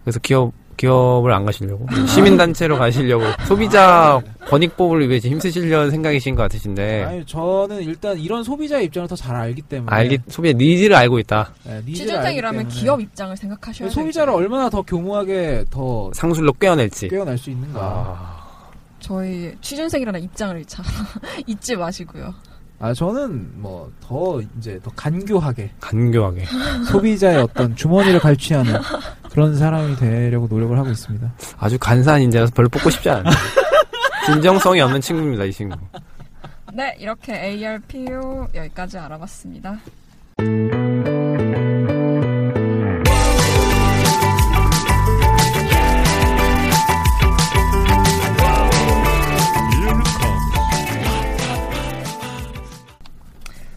[SPEAKER 1] 그래서 기업 기업을 안 가시려고 시민단체로 가시려고 소비자 권익법을 위해 지금 힘쓰시려는 생각이신 것 같으신데
[SPEAKER 2] 아니 저는 일단 이런 소비자의 입장을 더 잘 알기 때문에
[SPEAKER 1] 알기 소비의 니즈를 알고 있다
[SPEAKER 2] 예, 니즈를 알기
[SPEAKER 3] 취준생이라면
[SPEAKER 2] 때문에
[SPEAKER 3] 기업 입장을 생각하셔야
[SPEAKER 2] 소비자를
[SPEAKER 3] 돼요.
[SPEAKER 2] 얼마나 더 교묘하게 더
[SPEAKER 1] 상술로 꿰어낼지.
[SPEAKER 2] 깨어날 수 있는가.
[SPEAKER 1] 네. 아,
[SPEAKER 3] 저희 취준생이라는 입장을 참 잊지 마시고요.
[SPEAKER 2] 아 저는 뭐 더 이제 더 간교하게
[SPEAKER 1] 간교하게.
[SPEAKER 2] 소비자의 어떤 주머니를 갈취하는 그런 사람이 되려고 노력을 하고 있습니다.
[SPEAKER 1] 아주 간사한 인재라서 별로 뽑고 싶지 않아요. 진정성이 없는 친구입니다, 이 친구.
[SPEAKER 3] 네, 이렇게 ARPU 여기까지 알아봤습니다.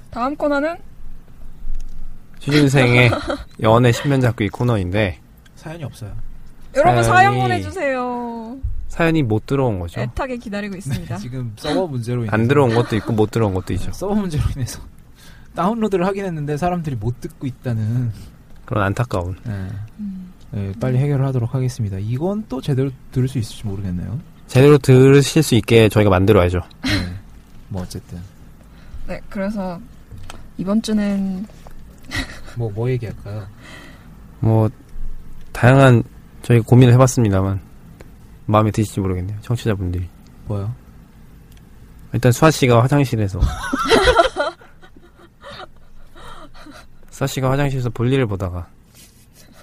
[SPEAKER 3] 다음 코너는
[SPEAKER 1] 취준생의 연애 신면잡기 코너인데,
[SPEAKER 2] 사연이 없어요.
[SPEAKER 3] 여러분 사연
[SPEAKER 1] 사연이-
[SPEAKER 3] 보내주세요.
[SPEAKER 1] 사연이 못 들어온 거죠.
[SPEAKER 3] 애타게 기다리고 있습니다.
[SPEAKER 2] 지금 서버 문제로 인해서
[SPEAKER 1] 안 들어온 것도 있고, 못 들어온 것도 있죠.
[SPEAKER 2] 서버 문제로 인해서 다운로드를 하긴 했는데 사람들이 못 듣고 있다는
[SPEAKER 1] 그런 안타까운.
[SPEAKER 2] 예.
[SPEAKER 3] 음.
[SPEAKER 2] 예, 빨리 해결을 하도록 하겠습니다. 이건 또 제대로 들을 수 있을지 모르겠네요.
[SPEAKER 1] 제대로 들으실 수 있게 저희가 만들어야죠.
[SPEAKER 2] 예. 뭐 어쨌든
[SPEAKER 3] 네, 그래서 이번 주는
[SPEAKER 2] 뭐 뭐 얘기할까요?
[SPEAKER 1] 뭐, 다양한 저희 고민을 해봤습니다만, 마음에 드실지 모르겠네요. 청취자분들이.
[SPEAKER 2] 뭐요?
[SPEAKER 1] 일단 수아 씨가 화장실에서 수아 씨가 화장실에서 볼일을 보다가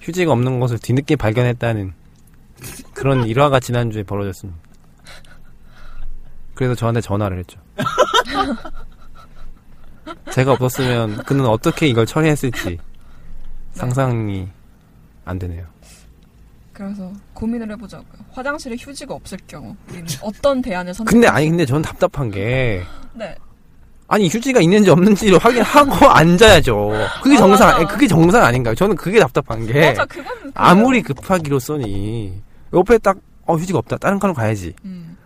[SPEAKER 1] 휴지가 없는 것을 뒤늦게 발견했다는 그런 일화가 지난주에 벌어졌습니다. 그래서 저한테 전화를 했죠. 제가 없었으면 그는 어떻게 이걸 처리했을지 상상이 안 되네요.
[SPEAKER 3] 그래서 고민을 해보자고요. 화장실에 휴지가 없을 경우 우리는 어떤 대안을 선택?
[SPEAKER 1] 근데 아니 근데 저는 답답한 게
[SPEAKER 3] 네,
[SPEAKER 1] 아니 휴지가 있는지 없는지를 확인하고 앉아야죠. 그게
[SPEAKER 3] 아,
[SPEAKER 1] 정상,
[SPEAKER 3] 맞아.
[SPEAKER 1] 아니, 그게 정상 아닌가요? 저는 그게 답답한 게
[SPEAKER 3] 맞아, 그건
[SPEAKER 1] 아무리 급하기로 써니 옆에 딱 어, 휴지가 없다. 다른 칸으로 가야지.
[SPEAKER 3] 음.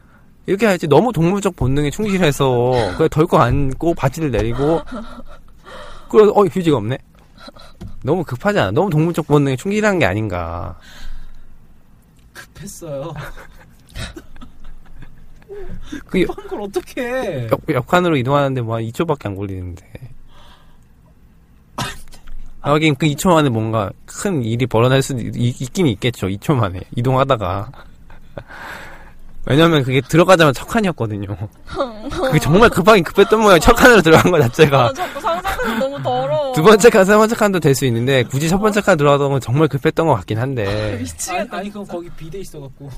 [SPEAKER 1] 이렇게 해야지 너무 동물적 본능에 충실해서 그냥 덜컥 앉고 바지를 내리고 그래서 어 휴지가 없네. 너무 급하지 않아? 너무 동물적 본능에 충실한 게 아닌가.
[SPEAKER 2] 급했어요.
[SPEAKER 1] 그
[SPEAKER 2] 급한 걸 어떻게 해?
[SPEAKER 1] 네. 역, 역한으로 이동하는데 뭐 한 2초밖에 안 걸리는데. 아, 하긴 그 2초 만에 뭔가 큰 일이 벌어날 수도 있, 있- 있긴 있겠죠. 2초 만에. 이동하다가. 왜냐면 그게 들어가자마자 척한이었거든요. 그게 정말 급하긴 급했던 모양이 척한으로 들어간 거
[SPEAKER 3] 아,
[SPEAKER 1] 자체가.
[SPEAKER 3] 자꾸 상상해서 너무 더러워.
[SPEAKER 1] 두 번째 칸, 세 번째 칸도 될 수 있는데, 굳이 첫 번째 칸 들어가던 건 정말 급했던 것 같긴 한데,
[SPEAKER 2] 아니,
[SPEAKER 3] 미치겠다.
[SPEAKER 2] 아니 그럼 거기 비대 있어갖고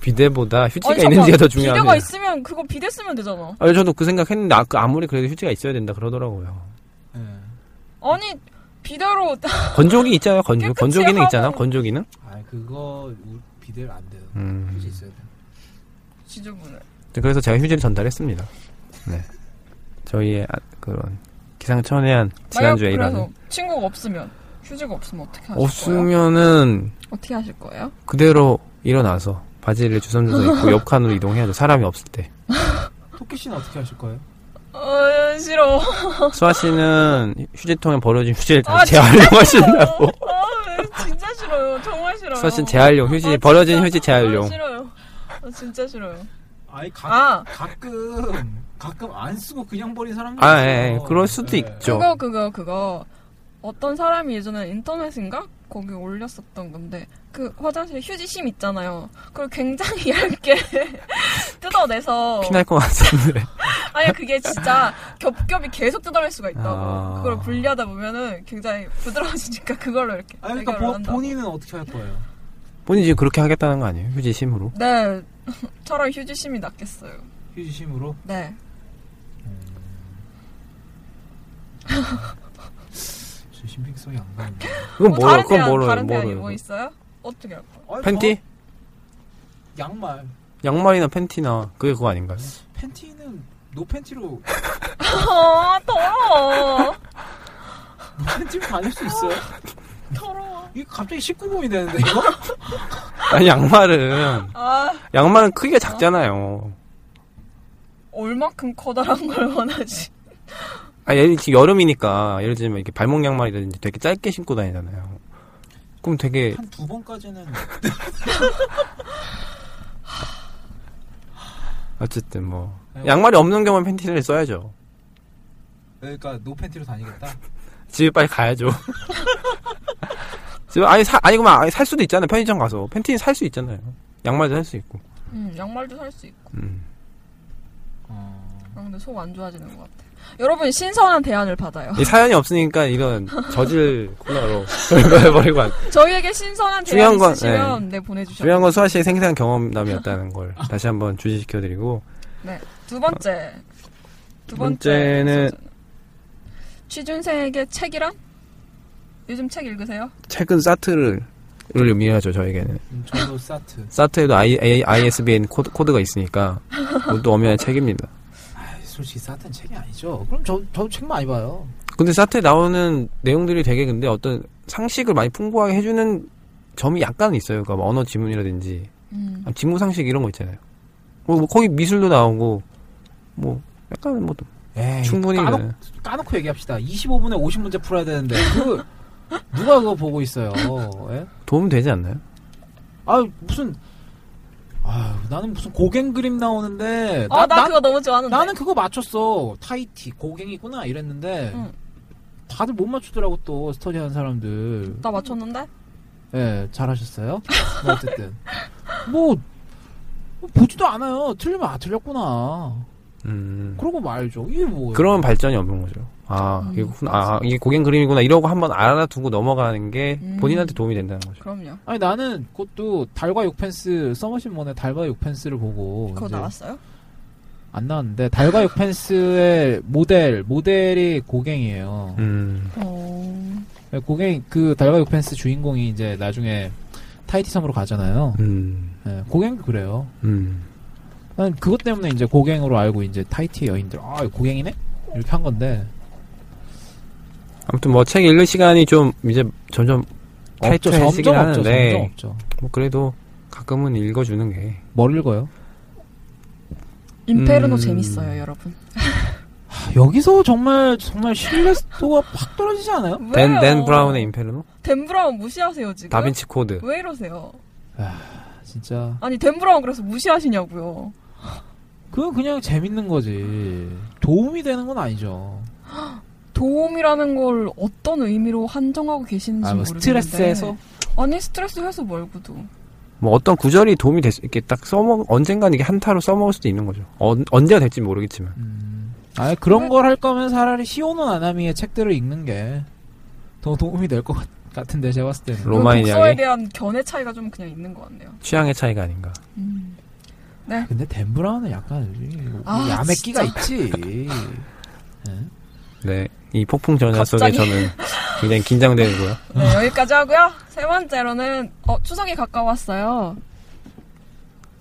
[SPEAKER 1] 비대보다 휴지가
[SPEAKER 3] 아니,
[SPEAKER 1] 있는지가
[SPEAKER 3] 어, 잠깐,
[SPEAKER 1] 더 중요하네.
[SPEAKER 3] 비대가 있으면 그거 비대 쓰면 되잖아.
[SPEAKER 1] 아, 저도 그 생각했는데, 아, 그 아무리 그래도 휴지가 있어야 된다 그러더라고요.
[SPEAKER 2] 예.
[SPEAKER 3] 아니 비대로
[SPEAKER 1] 건조기 있잖아요. 건조,
[SPEAKER 3] 깨끗이
[SPEAKER 1] 건조기는
[SPEAKER 3] 하고.
[SPEAKER 1] 있잖아. 건조기는.
[SPEAKER 2] 아 그거 우- 비대를 안 돼요.
[SPEAKER 1] 음.
[SPEAKER 2] 휴지 있어야 돼.
[SPEAKER 3] 지저분해.
[SPEAKER 1] 그래서 제가 휴지를 전달했습니다. 네. 저희의 아- 그런 기상천외한
[SPEAKER 3] 만약
[SPEAKER 1] 지난주에
[SPEAKER 3] 그래서
[SPEAKER 1] 일하는
[SPEAKER 3] 친구가 없으면 휴지가 없으면 어떻게 하실 거예요?
[SPEAKER 1] 없으면은
[SPEAKER 3] 어떻게 하실 거예요?
[SPEAKER 1] 그대로 일어나서 바지를 주섬주섬 입고 옆 칸으로 이동해야죠. 사람이 없을 때.
[SPEAKER 2] 토끼 씨는 어떻게 하실 거예요?
[SPEAKER 1] 아,
[SPEAKER 3] 어, 싫어.
[SPEAKER 1] 수아 씨는 휴지통에 버려진 휴지를 다시
[SPEAKER 3] 아,
[SPEAKER 1] 재활용 하신다고.
[SPEAKER 3] 아, 진짜 싫어요. 정말 싫어요.
[SPEAKER 1] 수아 씨는 재활용 휴지
[SPEAKER 3] 아,
[SPEAKER 1] 버려진
[SPEAKER 3] 진짜-
[SPEAKER 1] 휴지
[SPEAKER 3] 아,
[SPEAKER 1] 재활용.
[SPEAKER 3] 싫어요. 아, 진짜 싫어요.
[SPEAKER 2] 아니 가,
[SPEAKER 3] 아,
[SPEAKER 2] 가끔 가끔 안 쓰고 그냥 버린 사람들
[SPEAKER 1] 아, 예, 예. 그럴 수도 있죠.
[SPEAKER 3] 그거 그거 그거 어떤 사람이 예전에 인터넷인가 거기 올렸었던 건데 그 화장실에 휴지심 있잖아요. 그걸 굉장히 얇게 뜯어내서
[SPEAKER 1] 피날 것 같은데.
[SPEAKER 3] 아니 그게 진짜 겹겹이 계속 뜯어낼 수가 있다고
[SPEAKER 1] 아.
[SPEAKER 3] 그걸 분리하다 보면은 굉장히 부드러워지니까 그걸로 이렇게
[SPEAKER 2] 아 그러니까
[SPEAKER 3] 해결을
[SPEAKER 2] 보-
[SPEAKER 3] 한다고.
[SPEAKER 2] 본인은 어떻게 할 거예요?
[SPEAKER 1] 본인이 지금 그렇게 하겠다는 거 아니에요? 휴지심으로.
[SPEAKER 3] 네 차라리 휴지심이 낫겠어요.
[SPEAKER 2] 휴지심으로
[SPEAKER 3] 네
[SPEAKER 2] 저 신빙성이 안 가는데.
[SPEAKER 1] 그건
[SPEAKER 3] 뭐
[SPEAKER 1] 뭐로?
[SPEAKER 3] 다른
[SPEAKER 1] 그건
[SPEAKER 3] 대안
[SPEAKER 1] 뭐로?
[SPEAKER 3] 다른 대안이 뭐
[SPEAKER 1] 뭐로?
[SPEAKER 3] 있어요? 어떻게 할 거야?
[SPEAKER 2] 아니,
[SPEAKER 1] 팬티?
[SPEAKER 2] 뭐, 양말.
[SPEAKER 1] 양말이나 팬티나 그게 그거 아닌가요?
[SPEAKER 2] 팬티는 노 팬티로
[SPEAKER 3] 아 더러워.
[SPEAKER 2] 편집 받을 수 있어요?
[SPEAKER 3] 더러워.
[SPEAKER 2] 이거 갑자기 19금이 되는데 이거?
[SPEAKER 1] 아니 양말은
[SPEAKER 3] 아,
[SPEAKER 1] 양말은 크기가 작잖아요.
[SPEAKER 3] 얼마큼 커다란 걸 원하지.
[SPEAKER 1] 아 예를 지금 여름이니까 예를 들면 이렇게 발목 양말이라든지 되게 짧게 신고 다니잖아요. 그럼 되게
[SPEAKER 2] 한 두 번까지는
[SPEAKER 1] 어쨌든 뭐 양말이 없는 경우는 팬티를 써야죠.
[SPEAKER 2] 그러니까 노 팬티로 다니겠다.
[SPEAKER 1] 집에 빨리 가야죠. 집에 아니 사 아니 그만 아니 살 수도 있잖아요. 편의점 가서 팬티 살 수 있잖아요. 양말도 살 수 있고.
[SPEAKER 3] 음, 양말도 살 수 있고.
[SPEAKER 1] 음.
[SPEAKER 2] 어...
[SPEAKER 3] 아, 근데 속 안 좋아지는 것 같아. 여러분, 신선한 대안을 받아요.
[SPEAKER 1] 이 사연이 없으니까 이건 저질 코너로 돌려버리고 안-
[SPEAKER 3] 저희에게 신선한
[SPEAKER 1] 네. 중요한
[SPEAKER 3] 대안
[SPEAKER 1] 건,
[SPEAKER 3] 있으시면 네, 보내주셔도
[SPEAKER 1] 중요한 건 수아 씨의 생생한 경험담이었다는 걸 다시 한번 주시시켜드리고
[SPEAKER 3] 두 번째. 두
[SPEAKER 1] 번째는-
[SPEAKER 3] 소재는 취준생에게 책이란? 요즘 책 읽으세요?
[SPEAKER 1] 최근 사트를 를 의미하죠 저에게는
[SPEAKER 2] 음, 저도 사트.
[SPEAKER 1] 사트에도 I, I, ISBN 코드, 코드가 있으니까 그것도 엄연한 책입니다
[SPEAKER 2] 아이, 솔직히 사트는 책이 아니죠. 그럼 저, 저도 책 많이 봐요.
[SPEAKER 1] 근데 사트에 나오는 내용들이 되게 근데 어떤 상식을 많이 풍부하게 해주는 점이 약간 있어요 그러니까 뭐 언어 지문이라든지
[SPEAKER 3] 음.
[SPEAKER 1] 아, 직무 상식 이런 거 있잖아요 뭐, 뭐 거기 미술도 나오고 뭐 약간 뭐
[SPEAKER 2] 에이,
[SPEAKER 1] 충분히 네,
[SPEAKER 2] 까놓,
[SPEAKER 1] 그래요.
[SPEAKER 2] 까놓고 얘기합시다. 25분에 50문제 풀어야 되는데 그 누가 그거 보고 있어요. 예?
[SPEAKER 1] 도움 되지 않나요?
[SPEAKER 2] 아 무슨 아 나는 무슨 고갱 그림 나오는데
[SPEAKER 3] 아, 나,
[SPEAKER 2] 나-
[SPEAKER 3] 그거 너무 좋아하는데.
[SPEAKER 2] 나는 그거 맞췄어. 타이티 고갱이구나 이랬는데
[SPEAKER 3] 응.
[SPEAKER 2] 다들 못 맞추더라고 또 스터디하는 사람들.
[SPEAKER 3] 나 맞췄는데?
[SPEAKER 2] 예, 잘하셨어요. 뭐 어쨌든 뭐, 뭐 보지도 않아요. 틀리면 아 틀렸구나.
[SPEAKER 1] 음.
[SPEAKER 2] 그러고 말죠. 이게 뭐
[SPEAKER 1] 그런 발전이 없는 거죠. 아,
[SPEAKER 3] 음,
[SPEAKER 1] 이게, 아, 이게 고갱 그림이구나. 이러고 한번 알아두고 넘어가는 게
[SPEAKER 3] 음.
[SPEAKER 1] 본인한테 도움이 된다는 거죠.
[SPEAKER 3] 그럼요.
[SPEAKER 2] 아니 나는 그것도 달과 육펜스 서머신먼의 달과 육펜스를 보고
[SPEAKER 3] 그거
[SPEAKER 2] 이제
[SPEAKER 3] 나왔어요?
[SPEAKER 2] 안 나왔는데 달과 육펜스의 모델 모델이 고갱이에요.
[SPEAKER 1] 음.
[SPEAKER 3] 어...
[SPEAKER 2] 고갱 그 달과 육펜스 주인공이 이제 나중에 타이티 섬으로 가잖아요.
[SPEAKER 1] 음.
[SPEAKER 2] 예, 고갱도 그래요.
[SPEAKER 1] 음.
[SPEAKER 2] 난 그것 때문에 이제 고갱으로 알고 이제 타이티 여인들 아 이거 고갱이네 이렇게 한 건데
[SPEAKER 1] 아무튼 뭐 책 읽을 시간이 좀 이제 점점
[SPEAKER 2] 없죠
[SPEAKER 1] 타이트해지긴
[SPEAKER 2] 점점 없죠
[SPEAKER 1] 하는데.
[SPEAKER 2] 점점 없죠
[SPEAKER 1] 뭐 그래도 가끔은 읽어주는 게.
[SPEAKER 2] 뭘 읽어요?
[SPEAKER 3] 인페르노
[SPEAKER 1] 음.
[SPEAKER 3] 재밌어요, 여러분.
[SPEAKER 2] 아, 여기서 정말 정말 신뢰도가 확 떨어지지 않아요?
[SPEAKER 1] 댄,
[SPEAKER 3] 왜요? 네?
[SPEAKER 1] 댄 브라운의 인페르노?
[SPEAKER 3] 댄 브라운 무시하세요, 지금?
[SPEAKER 1] 다빈치 코드.
[SPEAKER 3] 왜 이러세요?
[SPEAKER 2] 아, 진짜
[SPEAKER 3] 아니, 댄 브라운 그래서 무시하시냐고요.
[SPEAKER 2] 그건 그냥 재밌는 거지 도움이 되는 건 아니죠
[SPEAKER 3] 도움이라는 걸 어떤 의미로 한정하고 계시는지
[SPEAKER 2] 아, 뭐
[SPEAKER 3] 모르겠는데
[SPEAKER 2] 스트레스에서
[SPEAKER 3] 아니 스트레스 해소 말고도
[SPEAKER 1] 뭐 어떤 구절이 도움이 됐, 이렇게 딱 써먹, 언젠간 이게 한타로 써먹을 수도 있는 거죠. 언 언제가 될지 모르겠지만.
[SPEAKER 2] 음, 아
[SPEAKER 3] 네.
[SPEAKER 2] 그런 걸 할 거면 차라리 시오노 아나미의 책들을 읽는 게 더 도움이 될 것 같은데 제가 봤을 때는
[SPEAKER 1] 로마인
[SPEAKER 3] 독서에
[SPEAKER 1] 이야기?
[SPEAKER 3] 대한 견해 차이가 좀 그냥 있는 것 같네요.
[SPEAKER 1] 취향의 차이가 아닌가. 음.
[SPEAKER 2] 근데 덴브라운은 약간 이
[SPEAKER 3] 아,
[SPEAKER 2] 야매끼가
[SPEAKER 3] 진짜.
[SPEAKER 2] 있지 예.
[SPEAKER 1] 네. 이 폭풍 전야 속에
[SPEAKER 3] 갑자기.
[SPEAKER 1] 저는 굉장히 긴장되고요.
[SPEAKER 3] 네, 여기까지 하고요. 세 번째로는 어, 추석이 가까웠어요.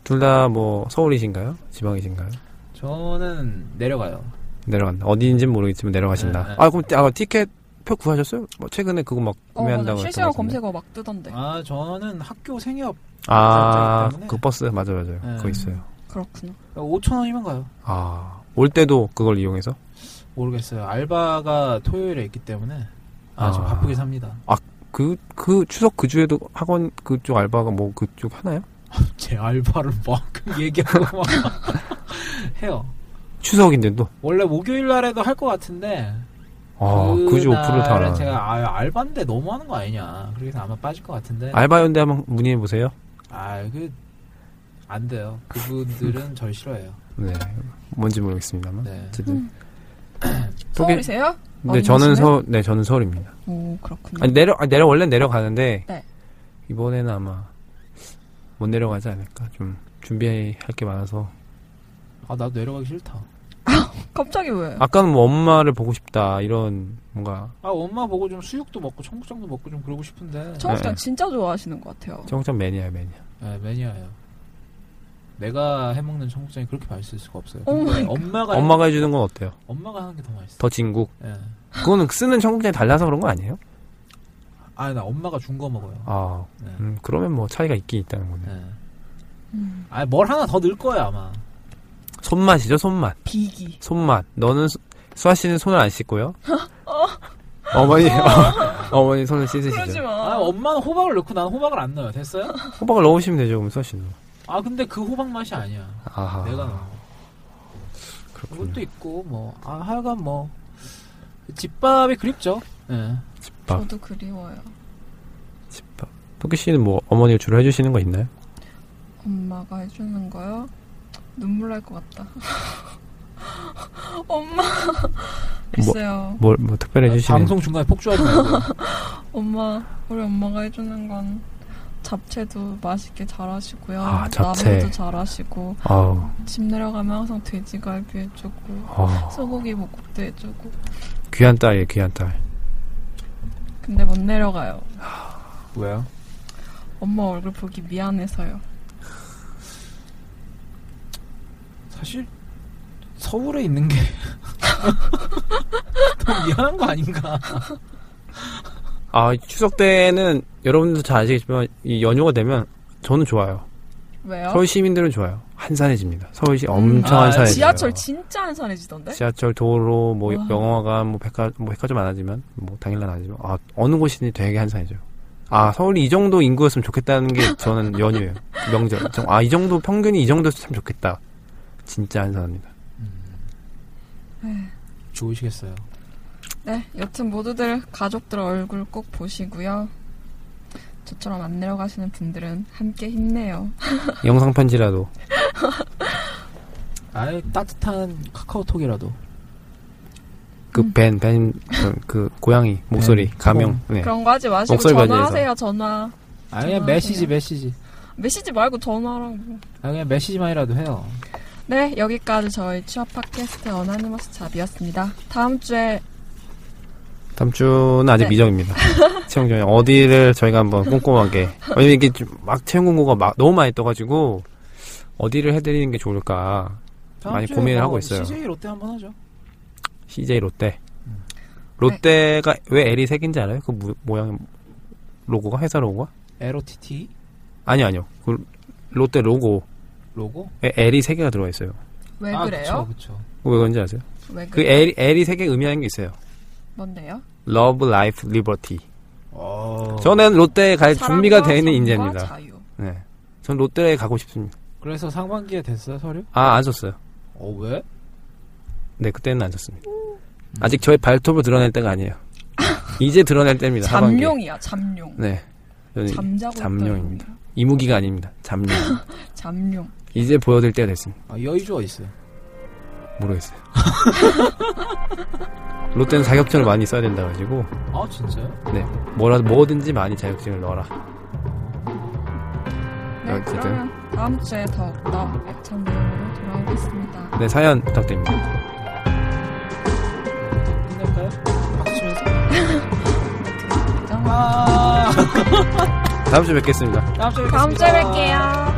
[SPEAKER 1] 둘 다 뭐 서울이신가요? 지방이신가요?
[SPEAKER 2] 저는 내려가요.
[SPEAKER 1] 내려간다. 어디인지는 모르겠지만 내려가신다.
[SPEAKER 2] 네, 네.
[SPEAKER 1] 아, 그럼 아, 티켓 표 구하셨어요? 뭐 최근에 그거 막
[SPEAKER 3] 어, 맞아.
[SPEAKER 1] 구매한다고
[SPEAKER 3] 실시간
[SPEAKER 1] 했던 것 같은데.
[SPEAKER 3] 검색어 막 뜨던데.
[SPEAKER 2] 아 저는 학교 생협
[SPEAKER 1] 아,
[SPEAKER 2] 검색자이기 때문에.
[SPEAKER 1] 그 버스 맞아 맞아요. 그거
[SPEAKER 2] 네.
[SPEAKER 1] 있어요.
[SPEAKER 3] 그렇군요.
[SPEAKER 2] 5천 원이면 가요.
[SPEAKER 1] 아, 올 때도 그걸 이용해서?
[SPEAKER 2] 모르겠어요. 알바가 토요일에 있기 때문에 아, 좀
[SPEAKER 1] 아.
[SPEAKER 2] 바쁘게 삽니다.
[SPEAKER 1] 그, 그 추석 그 주에도 학원 그쪽 알바가 뭐 그쪽 하나요?
[SPEAKER 2] 제 알바를 막 얘기하고 막 해요.
[SPEAKER 1] 추석인데도.
[SPEAKER 2] 원래 목요일 날에도 할 것 같은데
[SPEAKER 1] 아, 그주 5%를 다
[SPEAKER 2] 그날은
[SPEAKER 1] 알아.
[SPEAKER 2] 제가 아, 알바인데 너무 하는 거 아니냐. 그래서 아마 빠질 것 같은데
[SPEAKER 1] 알바연대 한번 문의해 보세요.
[SPEAKER 2] 아그안 돼요. 그분들은 절 싫어해요.
[SPEAKER 1] 네. 뭔지 모르겠습니다만.
[SPEAKER 2] 네.
[SPEAKER 1] 어쨌든. 소개-
[SPEAKER 3] 음. 서울이세요?
[SPEAKER 1] 근데
[SPEAKER 3] 어디
[SPEAKER 1] 저는
[SPEAKER 3] 사시나요?
[SPEAKER 1] 서울, 네, 저는 서울입니다.
[SPEAKER 3] 오, 그렇군요.
[SPEAKER 1] 아니, 내려, 아 내려, 원래 내려가는데.
[SPEAKER 3] 네.
[SPEAKER 1] 이번에는 아마 못 내려가지 않을까. 좀 준비할 게 많아서.
[SPEAKER 2] 아 나도 내려가기 싫다.
[SPEAKER 3] 갑자기
[SPEAKER 2] 네.
[SPEAKER 3] 왜?
[SPEAKER 1] 아까는 뭐 엄마를 보고 싶다 이런 뭔가
[SPEAKER 2] 아 엄마 보고 좀 수육도 먹고 청국장도 먹고 좀 그러고 싶은데
[SPEAKER 1] 네.
[SPEAKER 3] 청국장 진짜 좋아하시는 것 같아요.
[SPEAKER 1] 청국장 매니아 매니아
[SPEAKER 2] 네, 매니아예요 내가 해먹는 청국장이 그렇게 맛있을 수가 없어요.
[SPEAKER 3] 오
[SPEAKER 2] 근데
[SPEAKER 3] 마이
[SPEAKER 2] 엄마가
[SPEAKER 1] 엄마가 해주는 건 어때요?
[SPEAKER 2] 엄마가 하는 게 더 맛있어.
[SPEAKER 1] 더 진국.
[SPEAKER 2] 예.
[SPEAKER 1] 그거는 쓰는 청국장이 달라서 그런 거 아니에요?
[SPEAKER 2] 아, 나 엄마가 준 거 먹어요.
[SPEAKER 1] 아,
[SPEAKER 2] 네.
[SPEAKER 1] 음, 그러면 뭐 차이가 있긴 있다는 거네.
[SPEAKER 2] 예.
[SPEAKER 3] 음,
[SPEAKER 2] 아, 뭘 하나 더 넣을 거야 아마.
[SPEAKER 1] 손맛이죠, 손맛.
[SPEAKER 3] 비기.
[SPEAKER 1] 손맛. 너는 수- 수아 씨는 손을 안 씻고요. 어머니, 어머니 손을
[SPEAKER 3] 그러지
[SPEAKER 1] 씻으시죠. 어.
[SPEAKER 2] 아,
[SPEAKER 3] 마.
[SPEAKER 2] 엄마는 호박을 넣고 나는 호박을 안 넣어요. 됐어요?
[SPEAKER 1] 호박을 넣으시면 되죠, 그럼 수아 씨는.
[SPEAKER 2] 아, 근데 그 호박 맛이 아니야.
[SPEAKER 1] 아하.
[SPEAKER 2] 내가 넣은 거.
[SPEAKER 1] 그렇군요.
[SPEAKER 2] 그것도 있고 뭐, 아, 하여간 뭐 집밥이 그립죠. 예.
[SPEAKER 1] 집밥,
[SPEAKER 3] 저도 그리워요.
[SPEAKER 1] 집밥. 토끼 씨는 뭐 어머니가 주로 해주시는 거 있나요?
[SPEAKER 3] 엄마가 해주는 거요? 눈물 날 것 같다. 엄마. 글쎄요.
[SPEAKER 1] 뭘, 뭐 특별히 해주시는?
[SPEAKER 2] 아, 방송 중간에 폭주하지 말고.
[SPEAKER 3] 엄마, 우리 엄마가 해주는 건 잡채도 맛있게 잘 하시고요.
[SPEAKER 1] 아, 잡채.
[SPEAKER 3] 나물도 잘 하시고.
[SPEAKER 1] 아우,
[SPEAKER 3] 집 내려가면 항상 돼지갈비 해주고.
[SPEAKER 1] 아
[SPEAKER 3] 소고기 볶음도 해주고.
[SPEAKER 1] 귀한 딸이에요, 귀한 딸.
[SPEAKER 3] 근데 못 내려가요.
[SPEAKER 2] 왜요?
[SPEAKER 3] 엄마 얼굴 보기 미안해서요.
[SPEAKER 2] 사실 서울에 있는 게 더 미안한 거 아닌가?
[SPEAKER 1] 아, 추석 때는 여러분도 잘 아시겠지만 이 연휴가 되면 저는 좋아요.
[SPEAKER 3] 왜요?
[SPEAKER 1] 서울 시민들은 좋아요. 한산해집니다. 서울시 엄청
[SPEAKER 2] 아,
[SPEAKER 1] 한산해져요.
[SPEAKER 3] 지하철 진짜 한산해지던데?
[SPEAKER 1] 지하철 도로 뭐
[SPEAKER 3] 와.
[SPEAKER 1] 영화관 뭐 백화 뭐 백화점 안 하지만 뭐 당일날 안 하지만 아 어느 곳이든 되게 한산해져요. 아 서울이 이 정도 인구였으면 좋겠다는 게 저는 연휴예요 명절. 아 이 정도 평균이 이 정도였으면 참 좋겠다. 진짜 한산합니다.
[SPEAKER 2] 좋으시겠어요.
[SPEAKER 3] 네, 여튼 모두들 가족들 얼굴 꼭 보시고요. 저처럼 안 내려가시는 분들은 함께 힘내요.
[SPEAKER 1] 영상 편지라도
[SPEAKER 2] 아예 따뜻한 카카오톡이라도
[SPEAKER 1] 그 벤 벤 그 고양이 목소리
[SPEAKER 2] 네,
[SPEAKER 1] 가명 네.
[SPEAKER 3] 음. 그런 거 하지 마시고
[SPEAKER 1] 목소리
[SPEAKER 3] 전화하세요, 전화.
[SPEAKER 2] 아 그냥
[SPEAKER 3] 전화하세요.
[SPEAKER 2] 메시지 메시지
[SPEAKER 3] 메시지 말고 전화라고.
[SPEAKER 2] 아 그냥 메시지만이라도 해요.
[SPEAKER 3] 네, 여기까지 저희 취업 팟캐스트 어나니머스 잡이었습니다. 다음 주에
[SPEAKER 1] 다음 주는 아직
[SPEAKER 3] 네.
[SPEAKER 1] 미정입니다. 채용 전형 어디를 저희가 한번 꼼꼼하게 왜냐면 이게 좀막 채용 공고가 막 너무 많이 떠가지고 어디를 해드리는 게 좋을까
[SPEAKER 2] 다음
[SPEAKER 1] 많이
[SPEAKER 2] 주에
[SPEAKER 1] 고민을
[SPEAKER 2] 뭐
[SPEAKER 1] 하고 있어요.
[SPEAKER 2] CJ 롯데 한번 하죠.
[SPEAKER 1] CJ 롯데. 롯데가 왜 L이 색인지 알아요? 그 무- 모양 로고가 회사 로고가?
[SPEAKER 2] LOTT
[SPEAKER 1] 아니요 아니요. 그 롯데 로고에
[SPEAKER 2] 로고.
[SPEAKER 1] L이 세 개가 들어가 있어요.
[SPEAKER 3] 왜
[SPEAKER 2] 아,
[SPEAKER 3] 그래요?
[SPEAKER 2] 그쵸
[SPEAKER 1] 왜 그런지 아세요?
[SPEAKER 3] 왜
[SPEAKER 1] 그
[SPEAKER 3] 그래?
[SPEAKER 1] L L이 세 개 의미하는 게 있어요.
[SPEAKER 3] 뭔데요?
[SPEAKER 1] Love, Life, Liberty.
[SPEAKER 2] 그쵸. 어...
[SPEAKER 1] 저는 롯데에 갈
[SPEAKER 3] 사랑과
[SPEAKER 1] 아, 준비가 되어 있는
[SPEAKER 3] 정과
[SPEAKER 1] 인재입니다.
[SPEAKER 3] 자유.
[SPEAKER 1] 네. 전 롯데에 가고 싶습니다.
[SPEAKER 2] 그래서 상반기에 됐어요 서류?
[SPEAKER 1] 아, 안 썼어요.
[SPEAKER 2] 어 왜?
[SPEAKER 1] 네, 그때는 안 썼습니다. 아직 저의 발톱을 드러낼 때가 아니에요. 이제 드러낼 때입니다. 하반기.
[SPEAKER 3] 잠룡이야, 잠룡.
[SPEAKER 1] 네. 저는
[SPEAKER 3] 잠자고 있다,
[SPEAKER 1] 잠룡입니다.
[SPEAKER 3] 이놈이야.
[SPEAKER 1] 이무기가 아닙니다. 잠룡.
[SPEAKER 3] 잠룡.
[SPEAKER 1] 이제 보여드릴 때가 됐습니다.
[SPEAKER 2] 아, 여의주 어디 있어요?
[SPEAKER 1] 모르겠어요. 롯데는 자격증을 많이 써야 된다 가지고
[SPEAKER 2] 아 진짜요?
[SPEAKER 1] 네 뭐라도 뭐든지 많이 자격증을 넣어라.
[SPEAKER 3] 네,
[SPEAKER 1] 어쨌든.
[SPEAKER 3] 그러면 다음 주에 더욱더 애착 내용으로 돌아오겠습니다.
[SPEAKER 1] 네 사연 부탁드립니다.
[SPEAKER 2] 끝낼까요? 박수 치면서.
[SPEAKER 3] 짱.
[SPEAKER 2] 아
[SPEAKER 1] 아, 다음 주에 뵙겠습니다.
[SPEAKER 2] 다음 주에
[SPEAKER 3] 다음 주에
[SPEAKER 2] 아, 뵙겠습니다.
[SPEAKER 3] 뵐게요.